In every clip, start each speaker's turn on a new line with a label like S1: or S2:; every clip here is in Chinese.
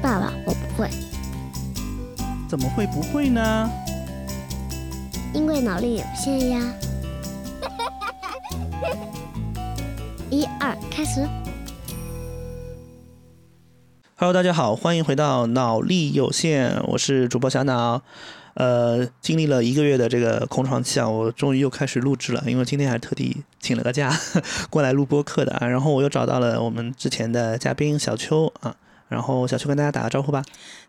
S1: 爸爸，我不会，
S2: 怎么会不会呢？
S1: 因为脑力有限呀。 一二，开始。
S2: Hello，大家好，欢迎回到脑力有限，我是主播小脑。呃，经历了一个月的这个空窗期啊，我终于又开始录制了，因为今天还特地请了个假 过来录播客的啊。然后我又找到了我们之前的嘉宾小邱啊，然后小邱跟大家打个招呼吧。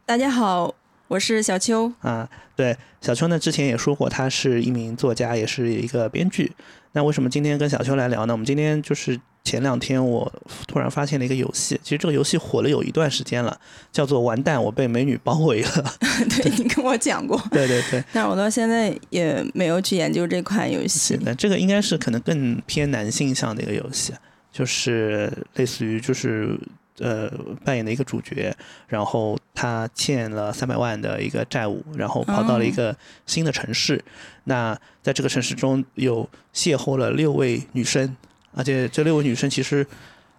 S3: 大家好，我是小邱。
S2: 啊，对，小邱呢之前也说过，他是一名作家，也是一个编剧。那为什么今天跟小邱来聊呢？我们今天就是前两天我突然发现了一个游戏，其实这个游戏火了有一段时间了，叫做《完蛋，我被美女包围了》。
S3: 对你跟我讲过，
S2: 对对对，
S3: 但我到现在也没有去研究这款游
S2: 是
S3: 戏。
S2: 的，这个应该是可能更偏男性向的一个游戏，就是类似于就是呃扮演的一个主角，然后他欠了三百万的一个债务，然后跑到了一
S3: 哦
S2: 个新的城市，那在这个城市中有邂逅了六位女生，而且这六位女生其实。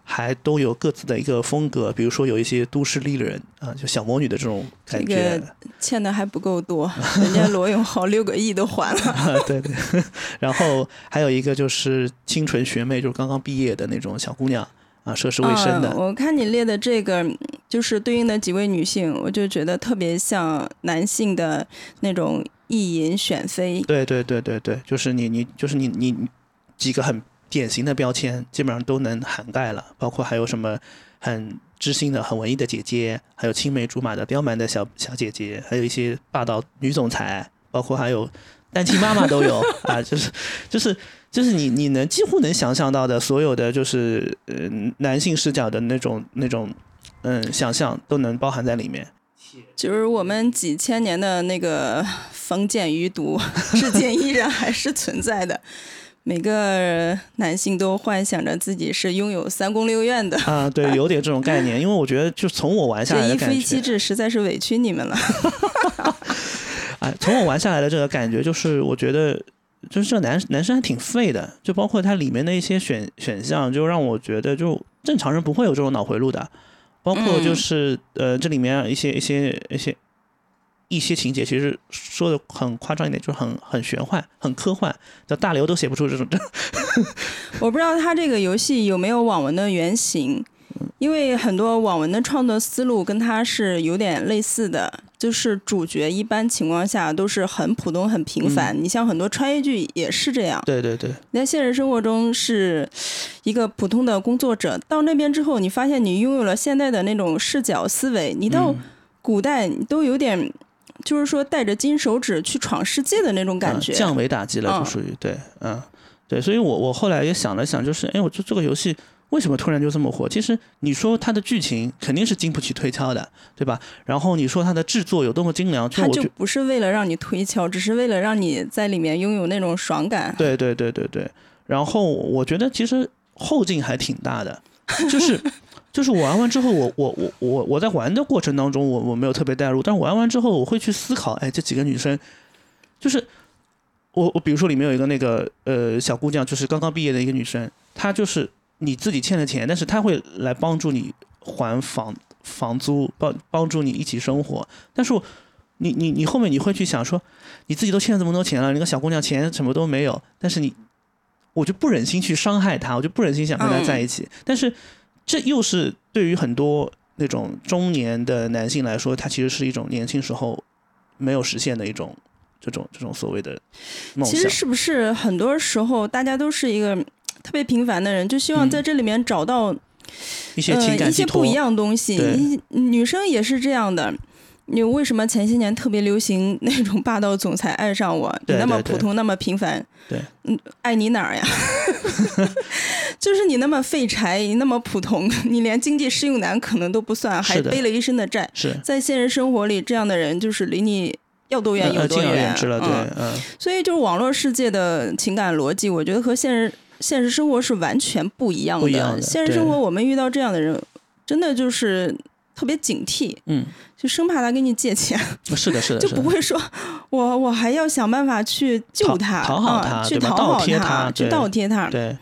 S2: 还都有各自的一个风格，比如说有一些都市丽人啊、就小魔女的这种感
S3: 这
S2: 觉，
S3: 个欠的还不够多，人家罗永浩六个亿都还了。
S2: 啊，对对，然后还有一个就是清纯学妹，就是刚刚毕业的那种小姑娘啊，涉世未深的
S3: 嗯，我看你列的这个就是对应的几位女性，我就觉得特别像男性的那种意淫选妃。
S2: 对对对对对，就是你你就是你你你几个很典型的标签，基本上都能涵盖了，包括还有什么很知性的、很文艺的姐姐，还有青梅竹马的刁蛮的小小姐姐，还有一些霸道女总裁，包括还有单亲妈妈都有 啊，就是就是就是你你能几乎能想象到的所有的就是呃男性视角的那种那种嗯想象都能包含在里面。
S3: 就是我们几千年的那个 封建余毒，至今依然还是存在的。每个男性都幻想着自己是拥有三宫六院的，
S2: 啊，对，有点这种概念，因为我觉得就从我玩下来
S3: 这
S2: 的
S3: 一
S2: 感
S3: 夫
S2: 觉，
S3: 一妻制实在是委屈你们了。
S2: 哎，从我玩下来的这个感觉，就是我觉得，就是这个男男生还挺废的，就包括它里面的一些选选项，就让我觉得，就正常人不会有这种脑回路的。包括就是、呃，这里面一些一些一些一些情节，其实说的很夸张一点，就是很很玄幻、很科幻，叫大刘都写不出这种。，
S3: 我不知道他这个游戏有没有网文的原型，因为很多网文的创作思路跟他是有点类似的，就是主角一般情况下都是很普通、很平凡。你像很多穿越剧也是这样
S2: 嗯对对对，
S3: 你在现实生活中是一个普通的工作者，到那边之后，你发现你拥有了现代的那种视角思维，你
S2: 嗯
S3: 到古代你都有点。就是说，带着金手指去闯世界的那种感觉，
S2: 嗯、降维打击了，就
S3: 嗯
S2: 属于、对，嗯，对，所以我我后来也想了想，就是哎，我这这个游戏为什么突然就这么火？其实你说它的剧情肯定是经不起推敲的，对吧？然后你说它的制作有多么精良，就
S3: 它
S2: 我
S3: 就
S2: 觉
S3: 不是为了让你推敲，只是为了让你在里面拥有那种爽感。
S2: 对对对对对，然后我觉得其实后劲还挺大的，就是。就是我玩完之后，我我我我我在玩的过程当中，我我没有特别代入，但是我玩完之后，我会去思考，哎，这几个女生，就是我我比如说里面有一个那个呃小姑娘，就是刚刚毕业的一个女生，她就是你自己欠的钱，但是她会来帮助你还房房租，帮帮助你一起生活，但是我你你你后面你会去想说，你自己都欠了这么多钱了，那个小姑娘钱什么都没有，但是你，我就不忍心去伤害她，我就不忍心想跟她在一起。
S3: 嗯
S2: 但是这又是对于很多那种中年的男性来说，他其实是一种年轻时候没有实现的一种这种这种所谓的梦
S3: 其实
S2: 想。
S3: 是不是很多时候大家都是一个嗯特别平凡的人，就希望
S2: 嗯
S3: 在这里面找到、
S2: 一些情
S3: 呃
S2: 感
S3: 一
S2: 寄
S3: 些
S2: 托
S3: 不一，样的东西
S2: 对。
S3: 你女生也是这样的。你为什么前些年特别流行那种霸道总裁爱上我？
S2: 对
S3: 你那么
S2: 对对
S3: 普通，那么平凡，
S2: 对，
S3: 嗯，爱你哪儿呀？ 就是你那么废柴，你那么普通，你连经济适用男可能都不算，还
S2: 是的
S3: 背了一身的债。
S2: 是
S3: 在现实生活里，这样的人就是离你要多远有
S2: 呃
S3: 多
S2: 敬而
S3: 远
S2: 远之了，对，
S3: 嗯
S2: 嗯，
S3: 所以就是网络世界的情感逻辑，我觉得和现实现实生活是完全不一样
S2: 不
S3: 的。
S2: 一样的
S3: 现实生活我们遇到这样的人，真的就是特别警惕，
S2: 嗯，
S3: 就生怕他跟你借钱，
S2: 是的，是的，
S3: 就是不
S2: 的。
S3: 会说我我还要想办法去救他，
S2: 讨讨好他对
S3: 啊、去
S2: 吧
S3: 讨好
S2: 倒贴他
S3: 去
S2: 对
S3: 倒贴他。
S2: 对，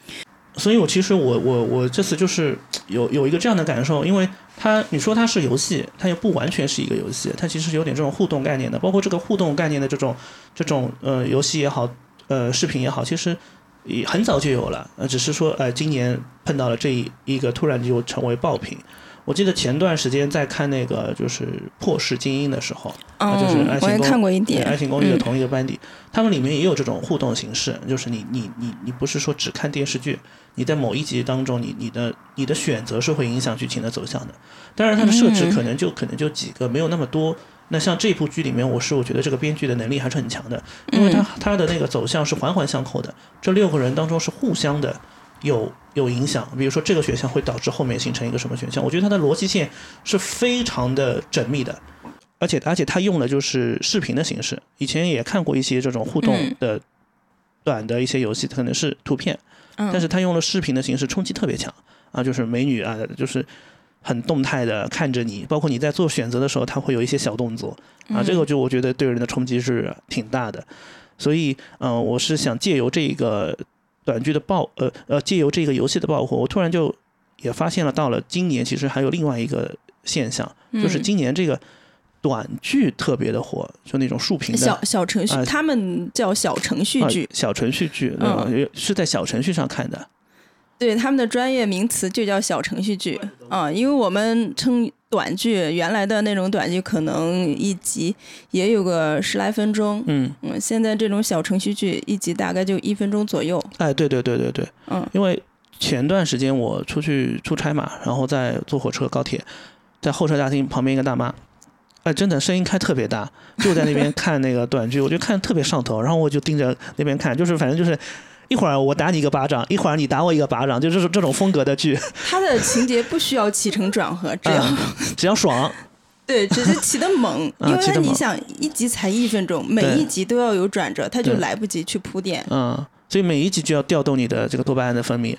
S2: 所以我其实我我我这次就是有有一个这样的感受，因为它你说它是游戏，它也不完全是一个游戏，它其实有点这种互动概念的。包括这个互动概念的这种这种呃游戏也好，呃视频也好，其实也很早就有了，呃只是说呃今年碰到了这一一个突然就成为爆品。我记得前段时间在看那个就是《破世精英》的时候，啊就是爱
S3: 嗯，我
S2: 情
S3: 也
S2: 公
S3: 看过一
S2: 对，爱
S3: 点，嗯
S2: 情公寓的同一个班底，他们里面也有这种互动形式，就是你你你你不是说只看电视剧，你在某一集当中，你你的你的选择是会影响剧情的走向的。当然，它的设
S3: 嗯
S2: 置可能就、可能就几个，没有那么多。那像这部剧里面，我是我觉得这个编剧的能力还是很强的，因
S3: 嗯
S2: 为它它的那个走向是环环相扣的，这六个人当中是互相的。有有影响，比如说这个选项会导致后面形成一个什么选项，我觉得它的逻辑线是非常的缜密的，而且而且它用的就是视频的形式。以前也看过一些这种互动
S3: 嗯
S2: 的短的一些游戏，可能是图片，
S3: 嗯，
S2: 但是他用了视频的形式，冲击特别强啊，就是美女啊，就是很动态的看着你，包括你在做选择的时候，他会有一些小动作啊，
S3: 嗯
S2: 这个就我觉得对人的冲击是挺大的。所以，嗯、我是想借由这个短剧的爆，呃呃，借由这个游戏的爆火，我突然就也发现了，到了今年其实还有另外一个现象，就是
S3: 嗯
S2: 今年这个短剧特别的火，就那种竖屏的
S3: 小小程序
S2: 啊，
S3: 他们叫小程序
S2: 啊
S3: 剧，嗯
S2: 小程序剧，对吧？是在小程序上看的。
S3: 对他们的专业名词就叫小程序剧啊，因为我们称短剧，原来的那种短剧可能一集也有个十来分钟，
S2: 嗯，
S3: 嗯，现在这种小程序剧一集大概就一分钟左右，
S2: 哎，对对对对对，
S3: 嗯
S2: 因为前段时间我出去出差嘛，然后在坐火车、高铁，在候车大厅旁边一个大妈，哎，真的声音开特别大，就在那边看那个短剧，我就看特别上头，然后我就盯着那边看，就是反正就是。一会儿我打你一个巴掌，一会儿你打我一个巴掌，就是这种风格的剧，
S3: 它的情节不需要起承转合，只要、
S2: 嗯只要爽，
S3: 对，只是起的猛，
S2: 啊
S3: 因为
S2: 起
S3: 它
S2: 得猛
S3: 你想一集才一分钟，每一集都要有转折，它就
S2: 对
S3: 来不及去铺垫，
S2: 嗯，所以每一集就要调动你的这个多巴胺的分泌，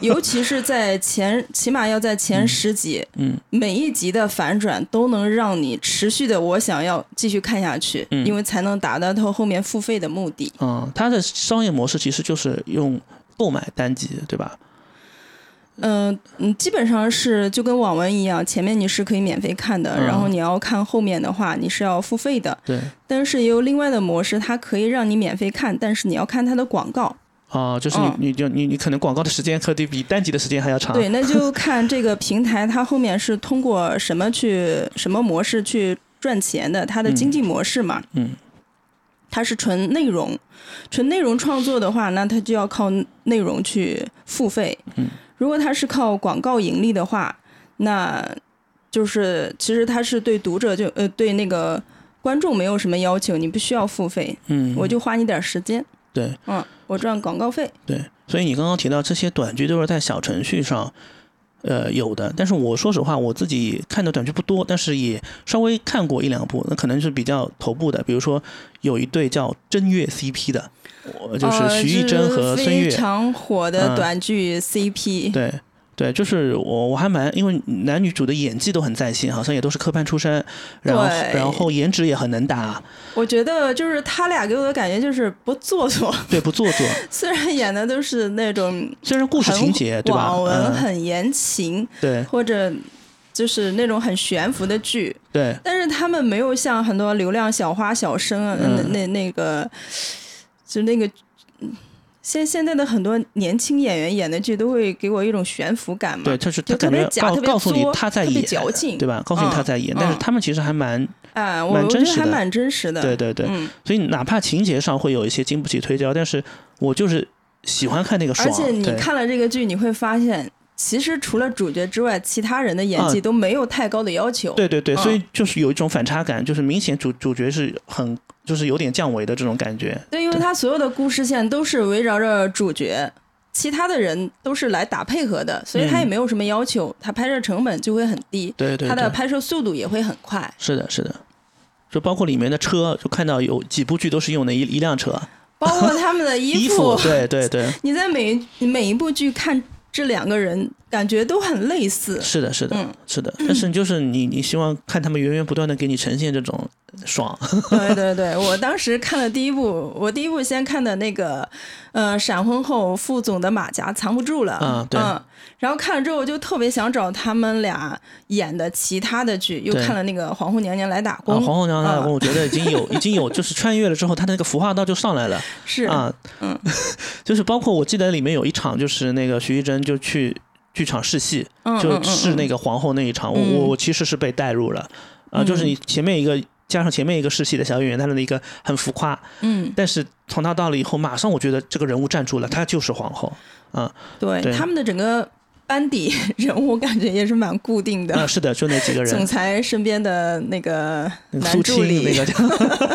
S3: 尤其是在前，起码要在前十集，
S2: 嗯，
S3: 每一集的反转都能让你持续的，我想要继续看下去，
S2: 嗯
S3: 因为才能达到它后面付费的目的。
S2: 嗯，它的商业模式其实就是用购买单集，对吧？
S3: 嗯嗯，基本上是就跟网文一样，前面你是可以免费看的，
S2: 嗯
S3: 然后你要看后面的话，你是要付费的。
S2: 对，
S3: 但是也有另外的模式，它可以让你免费看，但是你要看它的广告。
S2: 哦，就是你
S3: 嗯
S2: 你就你你可能广告的时间可得比单集的时间还要长。
S3: 对，那就看这个平台它后面是通过什么去什么模式去赚钱的，它的经济模式嘛。
S2: 嗯
S3: 它是纯内容，纯内容创作的话，那它就要靠内容去付费。
S2: 嗯
S3: 如果它是靠广告盈利的话，那就是其实它是对读者就呃对那个观众没有什么要求，你不需要付费，
S2: 嗯，
S3: 我就花你点儿时间，
S2: 对
S3: 嗯，我赚广告费。
S2: 对，所以你刚刚提到这些短剧都是在小程序上，呃有的。但是我说实话，我自己看的短剧不多，但是也稍微看过一两部，那可能是比较头部的，比如说有一对叫真月 CP 的，我就是
S3: 呃
S2: 徐艺
S3: 这
S2: 珍和孙悦
S3: 非。常火
S2: 嗯
S3: 的短剧 CP，、
S2: 对对，就是我我还蛮因为男女主的演技都很在线，好像也都是科班出身，然后
S3: 对
S2: 然后颜值也很能打，
S3: 我觉得就是他俩给我的感觉就是不做作，
S2: 对不做作。
S3: 虽然演的都是那种
S2: 虽然故事
S3: 很
S2: 情节对吧？
S3: 网文
S2: 嗯，
S3: 很言情，
S2: 对
S3: 或者就是那种很悬浮的剧，
S2: 对，
S3: 但是他们没有像很多流量小花小生啊，
S2: 嗯
S3: 那那那个就那个。嗯现现在的很多年轻演员演的剧都会给我一种悬浮感嘛，
S2: 对，就是他
S3: 嗯就特
S2: 感
S3: 别
S2: 觉
S3: 假
S2: 告
S3: 特别
S2: 告诉你
S3: 作
S2: 他在
S3: 特别
S2: 演，
S3: 矫情
S2: 对吧？告诉你他
S3: 嗯
S2: 在演，但是
S3: 嗯
S2: 他们其实还蛮，
S3: 啊，我
S2: 蛮
S3: 我觉
S2: 真
S3: 得
S2: 实
S3: 还
S2: 的
S3: 蛮真实的，
S2: 对对对。
S3: 嗯，
S2: 所以哪怕情节上会有一些经不起推敲，但是我就是喜欢看那个爽
S3: 而。且你
S2: 对
S3: 看了这个剧，你会发现，其实除了主角之外，其他人的演技
S2: 啊
S3: 都没有太高的要求，
S2: 对对对，所以
S3: 嗯
S2: 就是有一种反差感，就是明显主主角是很就是有点降维的这种感觉。
S3: 对，因为
S2: 对
S3: 他所有的故事线都是围绕着主角，其他的人都是来打配合的，所以他也
S2: 嗯
S3: 没有什么要求，他拍摄成本就会很低，
S2: 对对
S3: 他
S2: 对，
S3: 的拍摄速度也会很快。
S2: 是的，是的。就包括里面的车，就看到有几部剧都是用的一一辆车，
S3: 包括他 们的衣
S2: 服，对对 对，
S3: 你在每一每一部剧看这两个人，感觉都很类似。
S2: 是的，是的，
S3: 嗯
S2: 是的。但是就是你，你希望看他们源源不断的给你呈现这种爽。
S3: 对对对，我当时看了第一部，我第一部先看的那个，呃，闪婚后副总的马甲藏不住了，
S2: 啊对
S3: 嗯，然后看了之后就特别想找他们俩演的其他的剧，又
S2: 对
S3: 看了那个《皇后娘娘来打
S2: 啊，
S3: 工》，
S2: 皇后娘娘，
S3: 啊
S2: 我觉得已经 有，已经有，就是穿越了之后，她的那个服化道就上来了
S3: 是，
S2: 啊，
S3: 嗯，
S2: 就是包括我记得里面有一场，就是那个徐艺珍就去剧场试戏，
S3: 嗯
S2: 就
S3: 嗯
S2: 试
S3: 嗯
S2: 那个皇后那一场，
S3: 嗯
S2: 我我我其实是被带入了啊，就是你前面一个加上前面一个试戏的小演员，她的一个很浮夸，
S3: 嗯，
S2: 但是从她到了以后，马上我觉得这个人物站住了，她就是皇 后啊
S3: 对
S2: 对
S3: 他们的整个班底 人物感觉也是蛮固定的。
S2: 啊，是的，就那几个
S3: 总
S2: 人，
S3: 裁身边的那个
S2: 那个
S3: 男
S2: 苏
S3: 助
S2: 青
S3: 理，
S2: 那个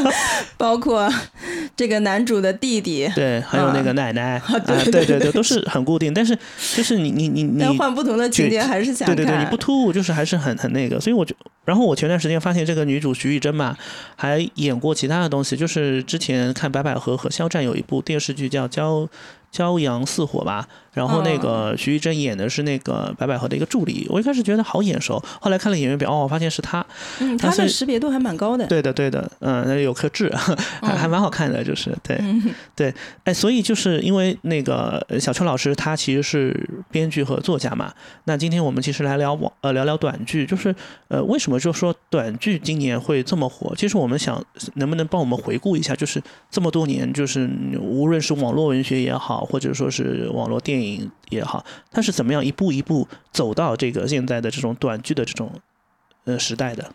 S3: 包括 这个男主的弟弟，
S2: 对，还有那个
S3: 啊
S2: 奶 奶啊，
S3: 对对
S2: 对
S3: 对
S2: 对，都是很固定，但是就是你你你你
S3: 但换不同的情节还是想
S2: 对
S3: 看。
S2: 对对，你不突兀就是还是很很那个，所以我就，然后我前段时间发现这个女主徐艺珍嘛，还演过其他的东西，就是之前看白百合和肖战有一部电视剧叫《骄骄阳似火》吧，然后那个徐艺珍演的是那个白百合的一个助理，我一开始觉得好眼熟，后来看了演员表，哦，我发现是她，
S3: 嗯，
S2: 他
S3: 他
S2: 是
S3: 的识别度还蛮高的。
S2: 对的对的，嗯，那有颗痣， 还还蛮好看的，就是对，
S3: 嗯，
S2: 哎，所以就是因为那个呃小邱老师他其实是编剧和作家嘛，那今天我们其实来聊网呃聊聊短剧，就是呃为什么就说短剧今年会这么火？其实我们想能不能帮我们回顾一下，就是这么多年，就是嗯无论是网络文学也好，或者说是网络电影也好，它是怎么样一步一步走到这个现在的这种短剧的这种呃时代的？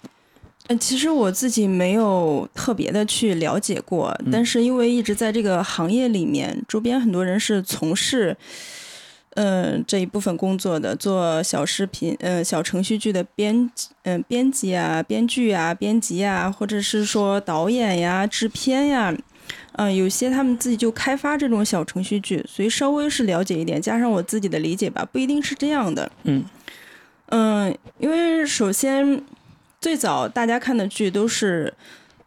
S3: 呃其实我自己没有特别的去了解过，
S2: 嗯
S3: 但是因为一直在这个行业里面，周边很多人是从事。嗯，这一部分工作的做小视频，呃，小程序剧的编，嗯、编辑啊、编剧啊、编辑啊，或者是说导演呀、制片呀，嗯、有些他们自己就开发这种小程序剧，所以稍微是了解一点，加上我自己的理解吧，不一定是这样的。
S2: 嗯
S3: 嗯，因为首先最早大家看的剧都是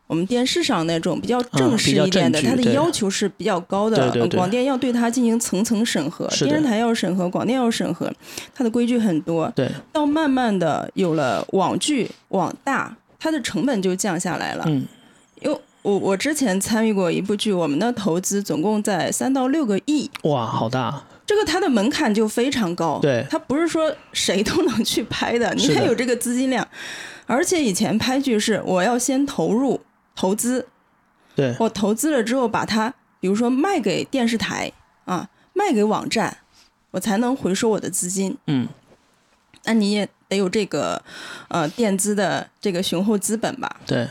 S3: 我们电视上那种比较正式一点的，
S2: 啊比较正剧
S3: 它的
S2: 对
S3: 要求是比较高的，
S2: 对对
S3: 呃
S2: 对
S3: 广电要对它进行层层审核，
S2: 是的
S3: 电视台要审核，广电要审核，它的规矩很多。
S2: 对，
S3: 到慢慢的有了网剧、网大，它的成本就降下来了。
S2: 嗯
S3: 因为我我之前参与过一部剧，我们的投资总共在三到六个亿，
S2: 哇，好大，啊
S3: 这个它的门槛就非常高，
S2: 对
S3: 它不是说谁都能去拍的，你
S2: 是的
S3: 得有这个资金量。而且以前拍剧是我要先投入投资，
S2: 对
S3: 我投资了之后把它，比如说卖给电视台啊，卖给网站，我才能回收我的资金。
S2: 嗯，
S3: 那你也得有这个呃垫资的这个雄厚资本吧？
S2: 对，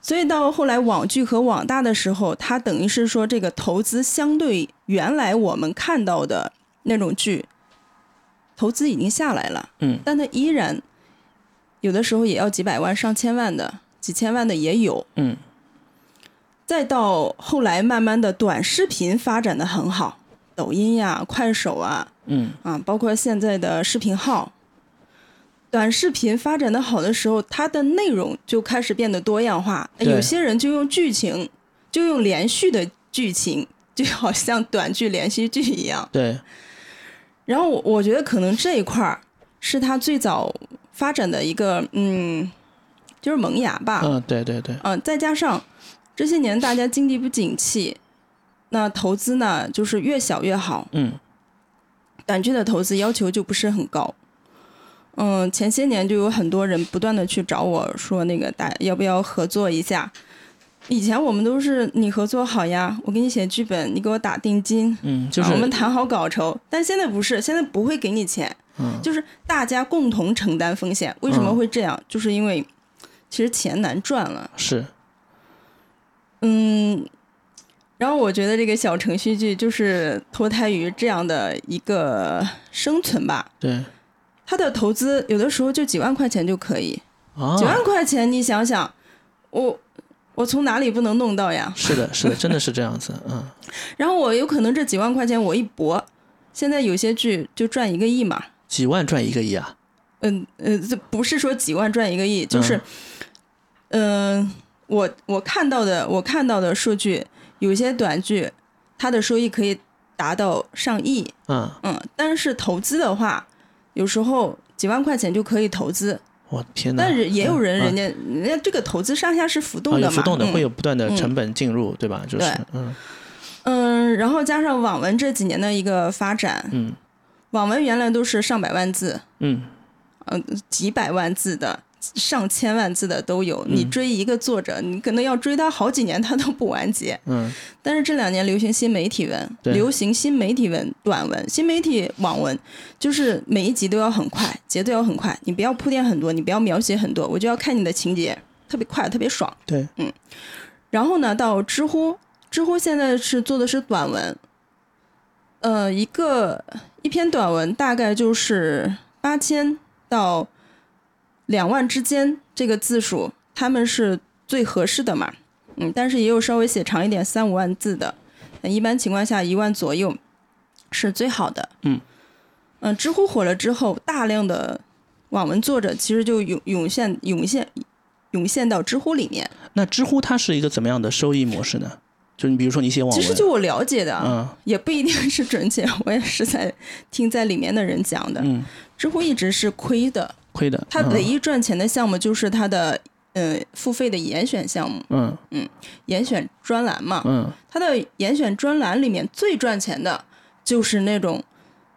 S3: 所以到后来网剧和网大的时候，它等于是说这个投资相对原来我们看到的那种剧，投资已经下来了，
S2: 嗯
S3: 但它依然有的时候也要几百万、上千万的、几千万的也有。
S2: 嗯
S3: 再到后来慢慢的短视频发展的很好，抖音呀、快手啊
S2: 嗯，
S3: 啊，包括现在的视频号。短视频发展的好的时候，它的内容就开始变得多样化。哎
S2: 对
S3: 有些人就用剧情，就用连续的剧情，就好像短剧连续剧一样。
S2: 对，
S3: 然后我我觉得可能这一块儿是它最早发展的一个，嗯，就是萌芽吧。
S2: 嗯，对对对，
S3: 嗯、再加上这些年大家经济不景气，那投资呢就是越小越好，
S2: 嗯。
S3: 短剧的投资要求就不是很高。嗯，前些年就有很多人不断的去找我说，那个大要不要合作一下？以前我们都是你合作好呀，我给你写剧本，你给我打定金，
S2: 嗯，就是、
S3: 啊我们谈好稿酬。但现在不是，现在不会给你钱，
S2: 嗯
S3: 就是大家共同承担风险。为什么
S2: 嗯
S3: 会这样？就是因为其实钱难赚了。
S2: 是
S3: 嗯，然后我觉得这个小程序剧就是脱胎于这样的一个生存吧。
S2: 对
S3: 它的投资有的时候就几万块钱就可以，
S2: 啊
S3: 几，万块钱你想想，我我从哪里不能弄到呀？
S2: 是的，是的，真的是这样子，嗯，
S3: 然后我有可能这几万块钱我一搏，现在有些剧就赚一个亿嘛。
S2: 几万赚一个亿啊，
S3: 嗯呃，这不是说几万赚一个亿，就是，嗯、我我看到的我看到的数据，有些短剧它的收益可以达到上亿，
S2: 嗯
S3: 嗯，但是投资的话，有时候几万块钱就可以投资，
S2: 我天哪！
S3: 但是也有
S2: 嗯
S3: 人，人家人家这个投资上下是浮动
S2: 啊，有
S3: 的嘛，
S2: 浮动的，
S3: 嗯
S2: 会有不断的成本进入，对吧？就是
S3: 对
S2: 嗯
S3: 嗯，然后加上网文这几年的一个发展，
S2: 嗯
S3: 网文原来都是上百万字，
S2: 嗯，
S3: 几百万字的。上千万字的都有，你
S2: 嗯
S3: 追一个作者，你可能要追他好几年，他都不完结。
S2: 嗯
S3: 但是这两年流行新媒体文，
S2: 对
S3: 流行新媒体文、短文、新媒体网文，就是每一集都要很快，节奏要很快，你不要铺垫很多，你不要描写很多，我就要看你的情节，特别快，特别爽。
S2: 对，
S3: 然后呢，到知乎，知乎现在是做的是短文，呃，一个一篇短文大概就是八千到两万之间这个字数，他们是最合适的嘛。嗯，但是也有稍微写长一点，三五万字的，呃一般情况下一万左右是最好的。
S2: 嗯
S3: 嗯、知乎火了之后，大量的网文作者其实就涌涌现涌现涌现到知乎里面。
S2: 那知乎它是一个怎么样的收益模式呢？就你比如说你写网文，
S3: 其实就我了解的，啊，
S2: 嗯
S3: 也不一定是准确， 我也是在听在里面的人讲的。
S2: 嗯
S3: 知乎一直是亏的，
S2: 亏的，
S3: 它
S2: 嗯
S3: 唯一赚钱的项目就是它的呃付费的严选项目，
S2: 嗯
S3: 严选专栏嘛。
S2: 嗯
S3: 它的严选专栏里面最赚钱的就是那种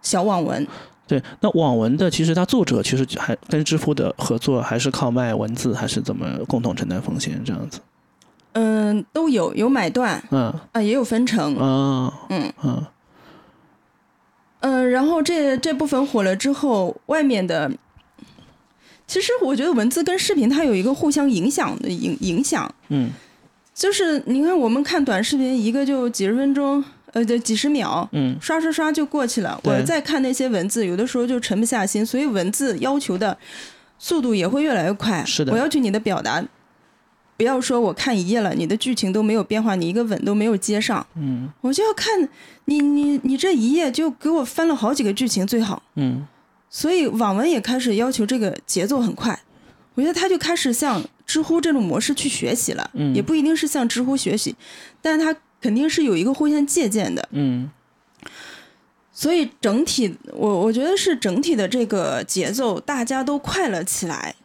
S3: 小网文，
S2: 对，那网文的其实它作者其实还跟知乎的合作还是靠卖文字，还是怎么共同承担风险这样子？
S3: 嗯、都有有买断啊、
S2: 嗯
S3: 也有分成，
S2: 啊
S3: 嗯
S2: 嗯
S3: 嗯、然后这这部分火了之后，外面的，其实我觉得文字跟视频它有一个互相影响的影影响，
S2: 嗯
S3: 就是你看我们看短视频，一个就几十分钟，呃，就几十秒，
S2: 嗯
S3: 刷刷刷就过去了。
S2: 对
S3: 我在看那些文字，有的时候就沉不下心，所以文字要求的速度也会越来越快。
S2: 是的
S3: 我要求你的表达，不要说我看一页了，你的剧情都没有变化，你一个吻都没有接上，
S2: 嗯
S3: 我就要看你你你这一页就给我翻了好几个剧情最好。
S2: 嗯
S3: 所以网文也开始要求这个节奏很快，我觉得他就开始向知乎这种模式去学习了，
S2: 嗯
S3: 也不一定是向知乎学习，但是他肯定是有一个互相借鉴的，
S2: 嗯
S3: 所以整体我我觉得是整体的这个节奏大家都快了起来，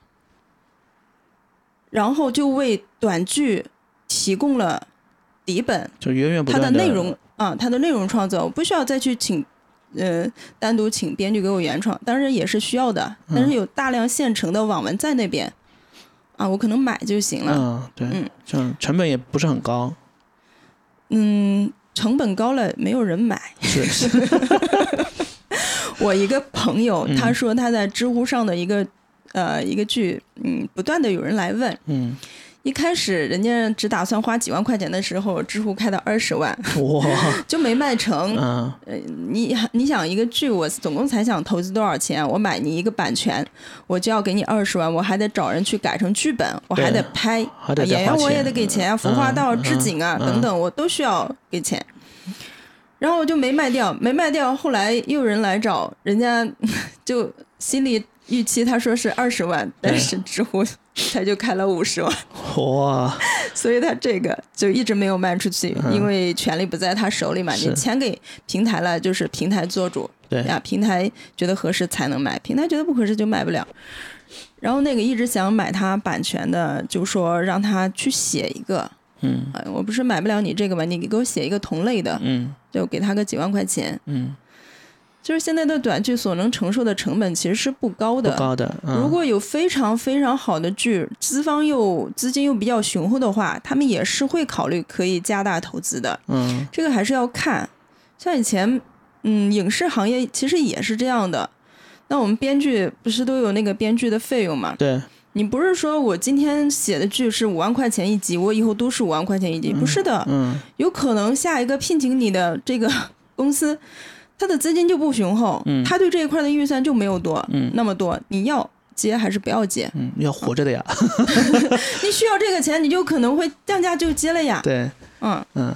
S3: 然后就为短剧提供了底本，
S2: 就源源不
S3: 它
S2: 断
S3: 的
S2: 地
S3: 内容啊，它的内容创作，我不需要再去请，呃，单独请编剧给我原创，当然也是需要的，
S2: 嗯
S3: 但是有大量现成的网文在那边，啊，我可能买就行了，
S2: 嗯对，
S3: 嗯
S2: 这样成本也不是很高，
S3: 嗯，成本高了没有人买。
S2: 是 是
S3: 我一个朋友
S2: 嗯
S3: 他说他在知乎上的一个。呃，一个剧，嗯，不断的有人来问。
S2: 嗯
S3: 一开始人家只打算花几万块钱的时候，知乎开到二十万，
S2: 哇
S3: 就没卖成。
S2: 嗯
S3: 呃，你你想一个剧，我总共才想投资多少钱？我买你一个版权，我就要给你二十万，我还得找人去改成剧本，我还得拍，
S2: 还得
S3: 啊
S2: 再
S3: 演
S2: 花
S3: 员我也
S2: 钱
S3: 得给钱啊，
S2: 嗯
S3: 服化道、
S2: 嗯
S3: 置景啊、
S2: 嗯
S3: 等等，我都需要给钱。然后我就没卖掉，没卖掉。后来又有人来找，人家 就心里预期他说是二十万，但是知乎 他就开了五十万，
S2: 哇，
S3: 所以他这个就一直没有卖出去，
S2: 嗯
S3: 因为权利不在他手里嘛。
S2: 是哎
S3: 你钱给平台了，就是平台做主，
S2: 对
S3: 呀，平台觉得合适才能买，平台觉得不合适就买不了。然后那个一直想买他版权的，就说让他去写一个，
S2: 嗯
S3: 哎，我不是买不了你这个吗？你给我写一个同类的，
S2: 嗯
S3: 就给他个几万块钱。
S2: 嗯，
S3: 就是现在的短剧所能承受的成本其实是不高
S2: 不
S3: 的，
S2: 高的，嗯
S3: 如果有非常非常好的剧，资方又资金又比较雄厚的话，他们也是会考虑可以加大投资的。
S2: 嗯
S3: 这个还是要看，像以前，嗯，影视行业其实也是这样的。那我们编剧不是都有那个编剧的费用嘛？
S2: 对
S3: 你不是说我今天写的剧是五万块钱一集，我以后都是五万块钱一集？不是的，
S2: 嗯
S3: 有可能下一个聘请你的这个 公司，他的资金就不雄厚，
S2: 嗯
S3: 他对这一块的预算就没有多、
S2: 嗯
S3: 那么多，你要接还是不要接？
S2: 嗯，要活着的呀，
S3: 你需要这个钱，你就可能会降价就接了呀。
S2: 对。
S3: 嗯
S2: 嗯，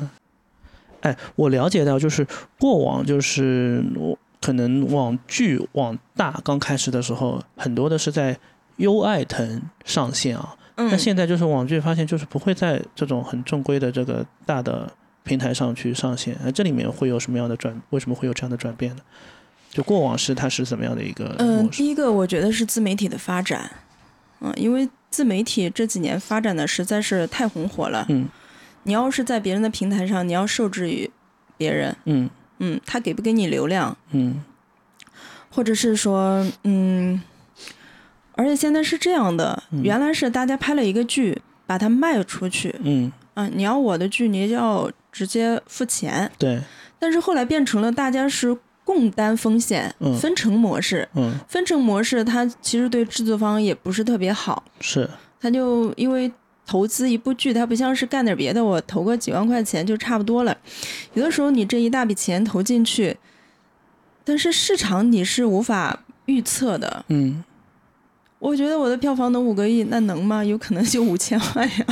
S2: 哎，我了解到，就是过往就是我可能网剧网大刚开始的时候，很多的是在优爱腾上线啊，
S3: 嗯
S2: 但，现在就是网剧发现就是不会在这种很正规的这个大的平台上去上线，哎，这里面会有什么样的转？为什么会有这样的转变呢？就过往是它是怎么样的一个
S3: 嗯、
S2: 模式？
S3: 第一个我觉得是自媒体的发展，嗯，因为自媒体这几年发展的实在是太红火了。
S2: 嗯
S3: 你要是在别人的平台上，你要受制于别人，
S2: 嗯
S3: 嗯，他给不给你流量，
S2: 嗯
S3: 或者是说，嗯，而且现在是这样的，原来是大家拍了一个剧，把它卖出去，
S2: 嗯，
S3: 啊，你要我的剧，你要直接付钱，
S2: 对，
S3: 但是后来变成了大家是共担风险
S2: 嗯，
S3: 分成模式，
S2: 嗯
S3: 分成模式它其实对制作方也不是特别好，
S2: 是，
S3: 他就因为投资一部剧，它不像是干点别的，我投个几万块钱就差不多了。有的时候你这一大笔钱投进去，但是市场你是无法预测的。
S2: 嗯
S3: 我觉得我的票房能五个亿，那能吗？有可能就五千万呀。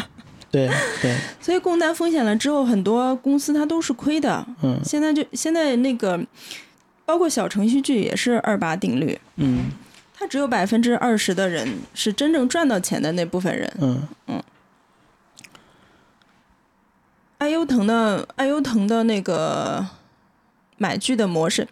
S2: 对对，
S3: 所以共担风险了之后，很多公司它都是亏的。
S2: 嗯
S3: 现在就现在那个，包括小程序剧也是二八定律，
S2: 嗯
S3: 它只有百分之二十的人是真正赚到钱的那部分人。
S2: 嗯
S3: 爱优腾的爱优腾的那个买剧的模式，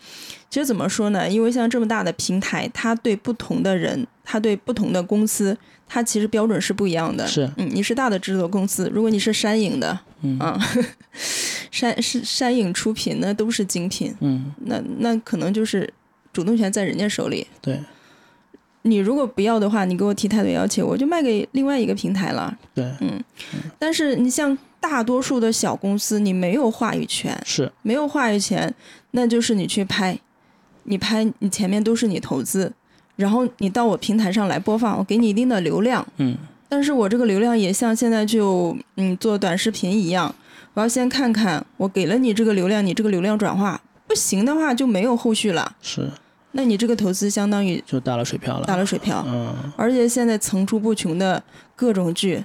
S3: 其实怎么说呢？因为像这么大的平台，它对不同的人，它对不同的公司，它其实标准是不一样的。
S2: 是
S3: 嗯，你是大的制作公司，如果你是山影的，
S2: 嗯
S3: 啊， 山是山影出品，那都是精品，
S2: 嗯，
S3: 那那可能就是主动权在人家手里。
S2: 对
S3: 你如果不要的话，你给我提太多要求，我就卖给另外一个平台了。
S2: 对
S3: 嗯但是你像大多数的小公司，你没有话语权，
S2: 是，
S3: 没有话语权，那就是你去拍，你拍你前面都是你投资，然后你到我平台上来播放，我给你一定的流量，
S2: 嗯
S3: 但是我这个流量也像现在就嗯做短视频一样，我要先看看我给了你这个流量，你这个流量转化不行的话就没有后续了，
S2: 是，
S3: 那你这个投资相当于
S2: 就打了水漂了，
S3: 打了水漂。
S2: 嗯
S3: 而且现在层出不穷的各种剧，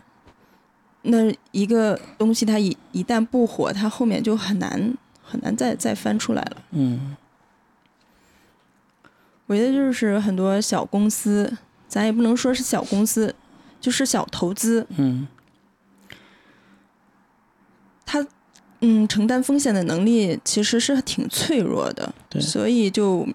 S3: 那一个东西它一一旦不火，它后面就很难很难再再翻出来了。
S2: 嗯
S3: 我觉得就是很多小公司，咱也不能说是小公司，就是小投资，
S2: 嗯
S3: 它嗯承担风险的能力其实是挺脆弱的，
S2: 对
S3: 所以就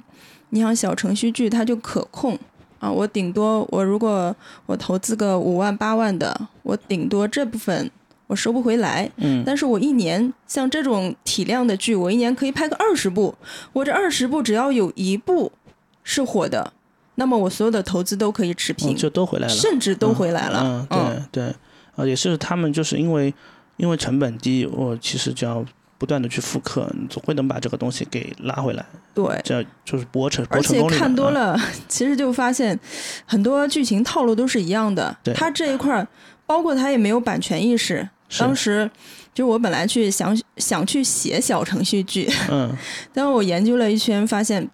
S3: 你像小程序剧，它就可控。啊，我顶多我如果我投资个五万八万的，我顶多这部分我收不回来，
S2: 嗯
S3: 但是我一年像这种体量的剧，我一年可以拍个二十部，我这二十部只要有一部是火的，那么我所有的投资都可以持
S2: 嗯，
S3: 平，
S2: 就都回来了，
S3: 甚至都回来了。
S2: 嗯，对对，啊，也是他们就是因为因为成本低，我其实只要不断的去复刻，你总会能把这个东西给拉回来，
S3: 对。
S2: 这就是博成博
S3: 而
S2: 成
S3: 且
S2: 功率嘛。
S3: 看多
S2: 嗯，
S3: 了，其实就发现很多剧情套路都是一样的
S2: 对。
S3: 他这一块儿，包括他也没有版权意识。
S2: 是
S3: 当时就是我本来去想想去写小程序剧，
S2: 嗯，
S3: 但我研究了一圈，发现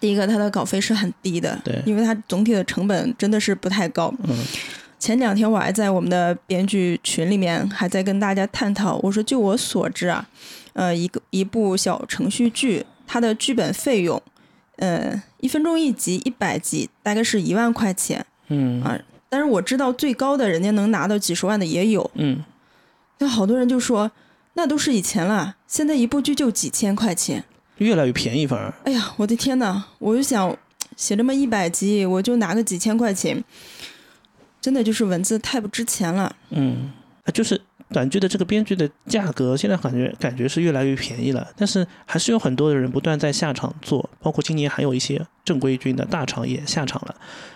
S3: 第一个它的稿费是很低的，
S2: 对
S3: 因为它总体的成本真的是不太高。
S2: 嗯
S3: 前两天我还在我们的编剧群里面还在跟大家探讨，我说就我所知啊，呃，一个一部小程序剧，它的剧本费用，呃，一分钟一集，一百集大概是一万块钱，
S2: 嗯
S3: 啊但是我知道最高的人家能拿到几十万的也有，
S2: 嗯，
S3: 但好多人就说那都是以前了，现在一部剧就几千块钱。
S2: 越来越便宜反而，
S3: 哎呀，我的天呐！我就想写这么一百集，我就拿个几千块钱，真的就是文字太不值钱了。
S2: 嗯，啊就是。感觉的这个编剧的价格，现在感觉感觉是越来越便宜了，但是还是有很多的人不断在下场做，包括今年还有一些正规军的大厂也下场了。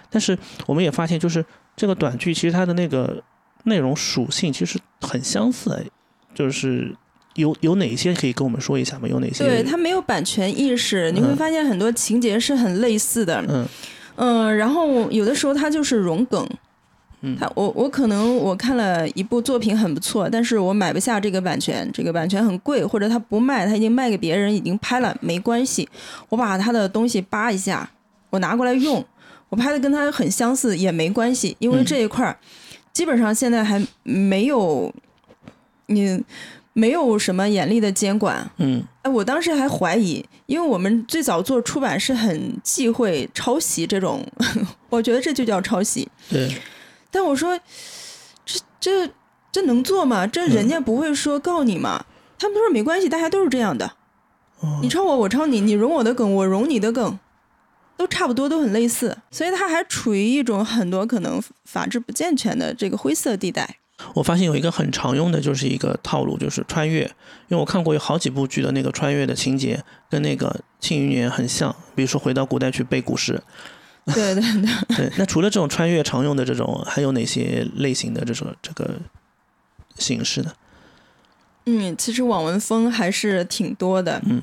S2: 但是我们也发现，就是这个短剧其实它的那个内容属性其实很相似，哎就是有有哪些可以跟我们说一下吗？有哪些？
S3: 对，它没有版权意识，你会
S2: 嗯
S3: 发现很多情节是很类似的。
S2: 嗯
S3: 嗯、然后有的时候它就是融梗。
S2: 嗯
S3: 它我我可能我看了一部作品很不错，但是我买不下这个版权，这个版权很贵，或者它不卖，它已经卖给别人，已经拍了，没关系，我把它的东西扒一下，我拿过来用，我拍的跟它很相似也没关系，因为
S2: 嗯
S3: 这一块儿、基本上现在还没有你没有什么严厉的监管，
S2: 嗯
S3: 哎，我当时还怀疑，因为我们最早做出版是很忌讳抄袭这种， 我觉得这就叫抄袭。
S2: 对
S3: 但我说，这这这能做吗？这人家不会说告你吗？他们都说没关系，大家都是这样的，
S2: 哦
S3: 你抄我，我抄你，你容我的梗，我容你的梗，都差不多，都很类似，所以它还处于一种很多可能法制不健全的这个灰色地带。
S2: 我发现有一个很常用的就是一个套路，就是穿越。因为我看过有好几部剧的那个穿越的情节，跟那个《庆余年》很像。比如说回到古代去背古诗，
S3: 对对对，
S2: 对。那除了这种穿越常用的这种，还有哪些类型的这种这个形式呢？
S3: 嗯，其实网文风还是挺多的，
S2: 嗯，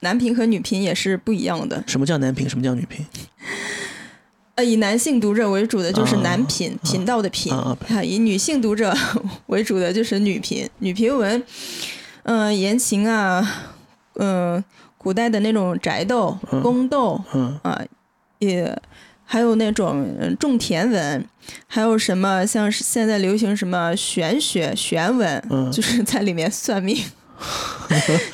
S3: 男频和女频也是不一样的。
S2: 什么叫男频？什么叫女频？
S3: 呃，以男性读者为主的就是男频，
S2: 啊
S3: 频道的频；
S2: 啊
S3: 啊以女性读者 为主的就是女频。女频文，嗯、言情啊，嗯、古代的那种宅斗、
S2: 嗯
S3: 宫斗
S2: 嗯
S3: 啊，也还有那种嗯种田文，还有什么像是现在流行什么玄学、玄文，
S2: 嗯
S3: 就是在里面算命。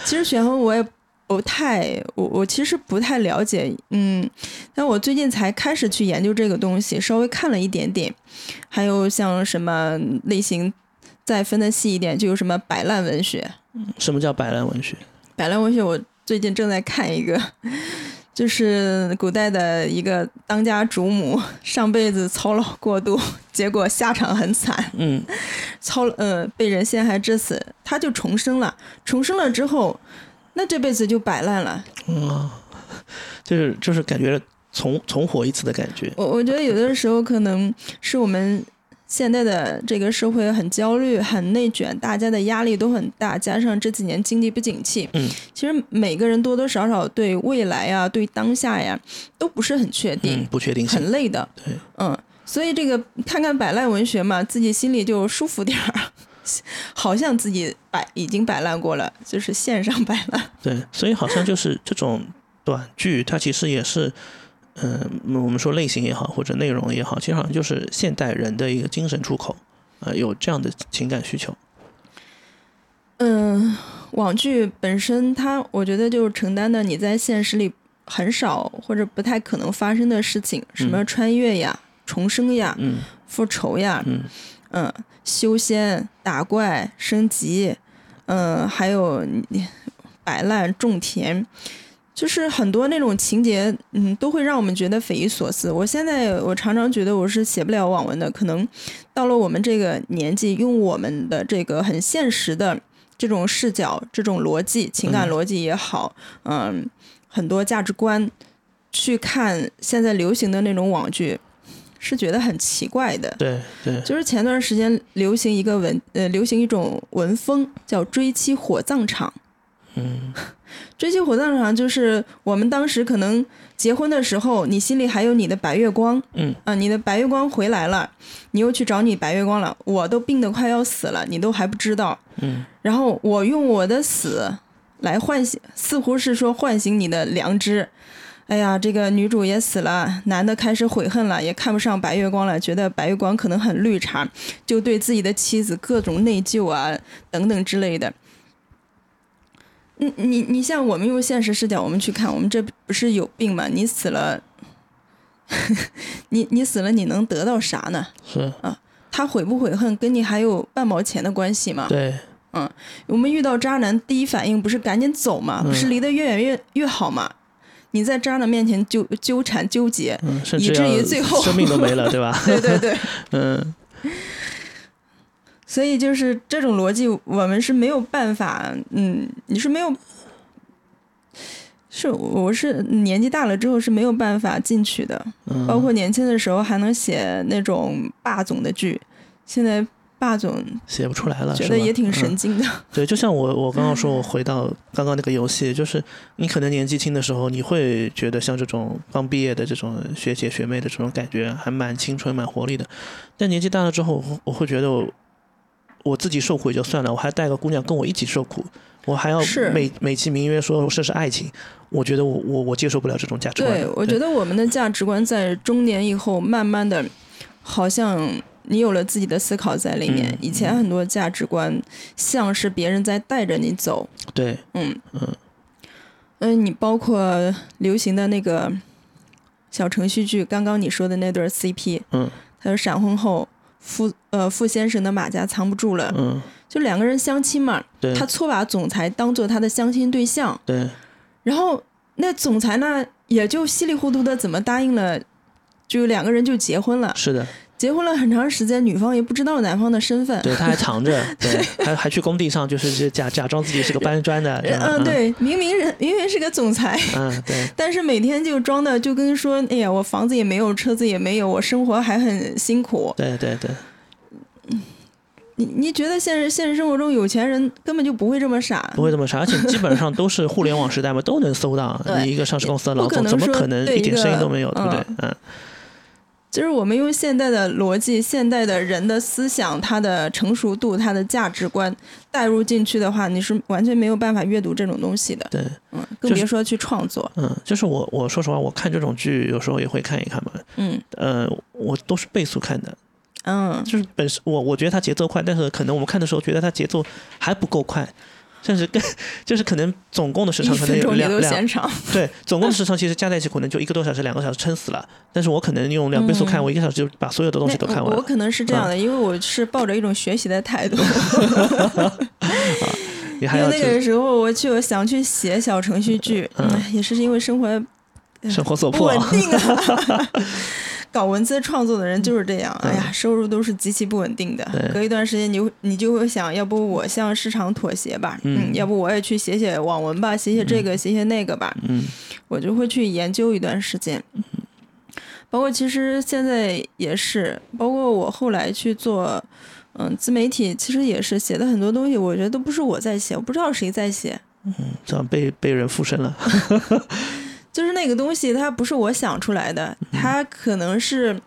S3: 其实玄文我也不太，我我其实不太了解，嗯，但我最近才开始去研究这个东西，稍微看了一点点。还有像什么类型再分的细一点，就有什么摆烂文学。
S2: 什么叫摆烂文学？
S3: 摆烂文学我最近正在看一个，就是古代的一个当家主母，上辈子操劳过度，结果下场很惨。
S2: 嗯
S3: 操呃被人陷害致死，他就重生了。重生了之后，那这辈子就摆烂了。
S2: 嗯啊，就是就是感觉重重活一次的感觉。嗯
S3: 我我觉得有的时候可能是我们现在的这个社会很焦虑、很内卷，大家的压力都很大，加上这几年经济不景气，
S2: 嗯，
S3: 其实每个人多多少少对未来呀、对当下呀都不是很确定。
S2: 嗯，不确定性。
S3: 很累的。
S2: 对，
S3: 嗯，所以这个看看摆烂文学嘛，自己心里就舒服点儿， 好像自己摆已经摆烂过了，就是线上摆烂。
S2: 对，所以好像就是这种短剧，它其实也是，嗯、我们说类型也好，或者内容也好，其实好像就是现代人的一个精神出口，呃，有这样的情感需求。
S3: 嗯，网剧本身它，我觉得就承担的你在现实里很少或者不太可能发生的事情，什么穿越呀、重生呀、
S2: 嗯
S3: 复仇呀，
S2: 嗯，
S3: 嗯，修仙、打怪、升级，嗯，还有你摆烂、种田，就是很多那种情节，嗯，都会让我们觉得匪夷所思。我现在我常常觉得我是写不了网文的，可能到了我们这个年纪，用我们的这个很现实的这种视角、这种逻辑、情感
S2: 嗯
S3: 逻辑也好，嗯，很多价值观去看现在流行的那种网剧，是觉得很奇怪的。
S2: 对对，
S3: 就是前段时间流行一个文，呃，流行一种文风叫“追妻火葬场
S2: 嗯”。
S3: 追妻火葬场就是我们当时可能结婚的时候，你心里还有你的白月光
S2: 嗯
S3: 啊，你的白月光回来了，你又去找你白月光了，我都病得快要死了，你都还不知道。
S2: 嗯，
S3: 然后我用我的死来唤醒，似乎是说唤醒你的良知。哎呀，这个女主也死了，男的开始悔恨了，也看不上白月光了，觉得白月光可能很绿茶，就对自己的妻子各种内疚啊等等之类的。你你你像我们用现实视角，我们去看，我们这不是有病吗？你死了， 你你死了，你能得到啥呢？啊
S2: 是
S3: 他悔不悔恨，跟你还有半毛钱的关系吗？
S2: 对，
S3: 我们遇到渣男，第一反应不是赶紧走吗？
S2: 嗯
S3: 不是离得越远越越好吗？你在渣男面前纠纠缠 纠结，
S2: 嗯，甚
S3: 以
S2: 至
S3: 至于
S2: 要
S3: 最后
S2: 生命都没了，对吧？
S3: 对对对，
S2: 嗯
S3: 所以就是这种逻辑，我们是没有办法，嗯，你是没有，是我是年纪大了之后是没有办法进去的，
S2: 嗯，
S3: 包括年轻的时候还能写那种霸总的剧，现在霸总
S2: 写不出来了，
S3: 觉
S2: 是
S3: 得
S2: 吧
S3: 也挺神
S2: 嗯
S3: 经的，
S2: 对，就像我我刚刚说，我回到刚刚那个游戏，就是你可能年纪轻的时候，你会觉得像这种刚毕业的这种学姐学妹的这种感觉，还蛮青春、蛮活力的。但年纪大了之后，我我会觉得我我自己受苦也就算了，我还带个姑娘跟我一起受苦，我还要
S3: 是
S2: 美美其名曰说这是爱情，我觉得我我我接受不了这种价值观。
S3: 对，我觉
S2: 得
S3: 得我们的价值观在中年以后，慢慢的，好像你有了自己的思考在里面。
S2: 嗯
S3: 以前很多价值观像是别人在带着你走，
S2: 对，
S3: 嗯
S2: 嗯
S3: 嗯，你包括流行的那个小程序剧，刚刚你说的那对儿 CP，
S2: 嗯
S3: 还有闪婚后傅呃傅先生的马甲藏不住了，
S2: 嗯，
S3: 就两个人相亲嘛，
S2: 对
S3: 他错把总裁当做他的相亲对象，
S2: 对
S3: 然后那总裁呢也就稀里糊涂的怎么答应了，就两个人就结婚了。
S2: 是的，
S3: 结婚了很长时间，女方也不知道男方的身份。
S2: 对，他还藏着， 对，还还去工地上，就是就假假装自己是个搬砖的，这样
S3: 嗯，，对，明明人明明是个总裁，
S2: 嗯，对，
S3: 但是每天就装的就跟说，哎呀，我房子也没有，车子也没有，我生活还很辛苦。
S2: 对对对，
S3: 你你觉得现实现实生活中有钱人根本就不会这么傻，
S2: 不会这么傻，而 且基本上都是互联网时代嘛，都能搜到
S3: 对
S2: 你一个上市公司的老
S3: 不可
S2: 总，
S3: 能
S2: 怎么
S3: 说
S2: 可能
S3: 对
S2: 一
S3: 一
S2: 点
S3: 个
S2: 声音都没有，对不对
S3: 嗯？
S2: 嗯，
S3: 就是我们用现代的逻辑、现代的人的思想、他的成熟度、他的价值观带入进去的话，你是完全没有办法阅读这种东西的。
S2: 对，
S3: 嗯，
S2: 就
S3: 更别
S2: 是
S3: 说去创作。
S2: 嗯，就是我我说实话，我看这种剧有时候也会看一看嘛，
S3: 嗯
S2: 呃，我都是倍速看的，
S3: 嗯，
S2: 就是本身我我觉得它节奏快，但是可能我们看的时候觉得它节奏还不够快，甚至更就是可能总共的时
S3: 一
S2: 长可能
S3: 分
S2: 有
S3: 钟你
S2: 两
S3: 都
S2: 两
S3: 嫌长。
S2: 对，总 共的时长其实加在一起可能就一个多小时、两个小时，撑死了。但是我可能用两倍速看，
S3: 嗯
S2: 我一个小时就把所有的东西都
S3: 那
S2: 看
S3: 哎我
S2: 完
S3: 我
S2: 了，嗯
S3: 可能是这样的，因为我是抱着一种学习的态度。
S2: 你还
S3: 嗯
S2: 要
S3: 因为那
S2: 去
S3: 个时候我去，我想去写小程序剧，
S2: 嗯
S3: 哎也是因为生活
S2: 生活所
S3: 不
S2: 迫
S3: 稳。定 啊。 搞文字创作的人就是这样，
S2: 嗯
S3: 哎呀，收入都是极其不稳定的
S2: 对。
S3: 隔一段时间你，你你就会想，要不我向市场妥协吧，
S2: 嗯
S3: 嗯，要不我也去写写网文吧，写写这个，写写那个吧，
S2: 嗯，
S3: 我就会去研究一段时间。包括其实现在也是，包括我后来去做，嗯，自媒体，其实也是写的很多东西，我觉得都不是我在写，我不知道谁在写，
S2: 这样被被人附身了。
S3: 就是那个东西，它不是我想出来的，
S2: 嗯
S3: 它可能是，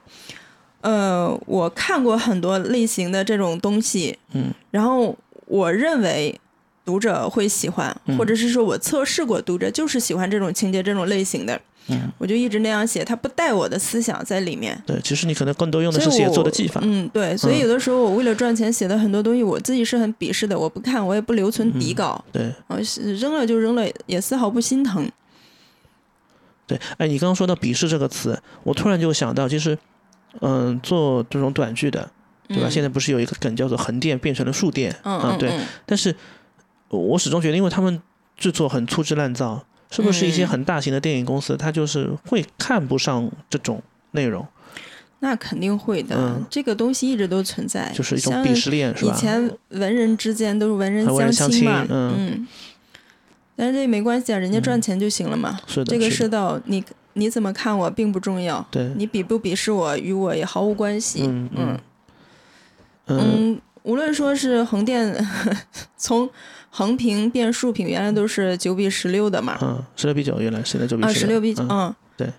S3: 呃，我看过很多类型的这种东西，
S2: 嗯，
S3: 然后我认为读者会喜欢，
S2: 嗯
S3: 或者是说我测试过读者就是喜欢这种情节、这种类型的，
S2: 嗯，
S3: 我就一直那样写，它不带我的思想在里面。
S2: 对，其实你可能更多用的
S3: 所以
S2: 是
S3: 我
S2: 写作的技法。
S3: 嗯，对，所以
S2: 嗯
S3: 有的时候我为了赚钱写的很多东西，我自己是很鄙视的，我不看，我也不留存底稿，
S2: 嗯对
S3: 啊，是扔了就扔了，也丝毫不心疼。
S2: 对，哎，你刚刚说到“鄙视”这个词，我突然就想到，其实，嗯、做这种短剧的，对吧？
S3: 嗯
S2: 现在不是有一个梗叫做“横店变成了竖店”
S3: 嗯
S2: 啊？
S3: 嗯
S2: 对，
S3: 嗯
S2: 但是我我始终觉得，因为他们制作很粗制滥造，是不是一些
S3: 嗯
S2: 很大型的电影公司，它就是会看不上这种内容，
S3: 哎那肯定会的，
S2: 嗯
S3: 这个东西一直都存在，
S2: 就是一种
S3: 像
S2: 鄙视链，是
S3: 以
S2: 吧？
S3: 前文人之间都是文人
S2: 啊文人
S3: 相
S2: 相亲
S3: 嘛，
S2: 嗯
S3: 但是这也没关系啊，人家赚钱就行了嘛。
S2: 是的，
S3: 这个世
S2: 是的，
S3: 道，你你怎么看我并不重要，
S2: 对，
S3: 你鄙不鄙视我与我也毫无关系。
S2: 嗯嗯
S3: 嗯
S2: 嗯
S3: 嗯无论说是横店 从横屏变竖屏，原来都是九比十六的嘛，
S2: 嗯，十六比九，原来现在就比
S3: 啊，十六比九，
S2: 嗯
S3: 嗯，
S2: 对。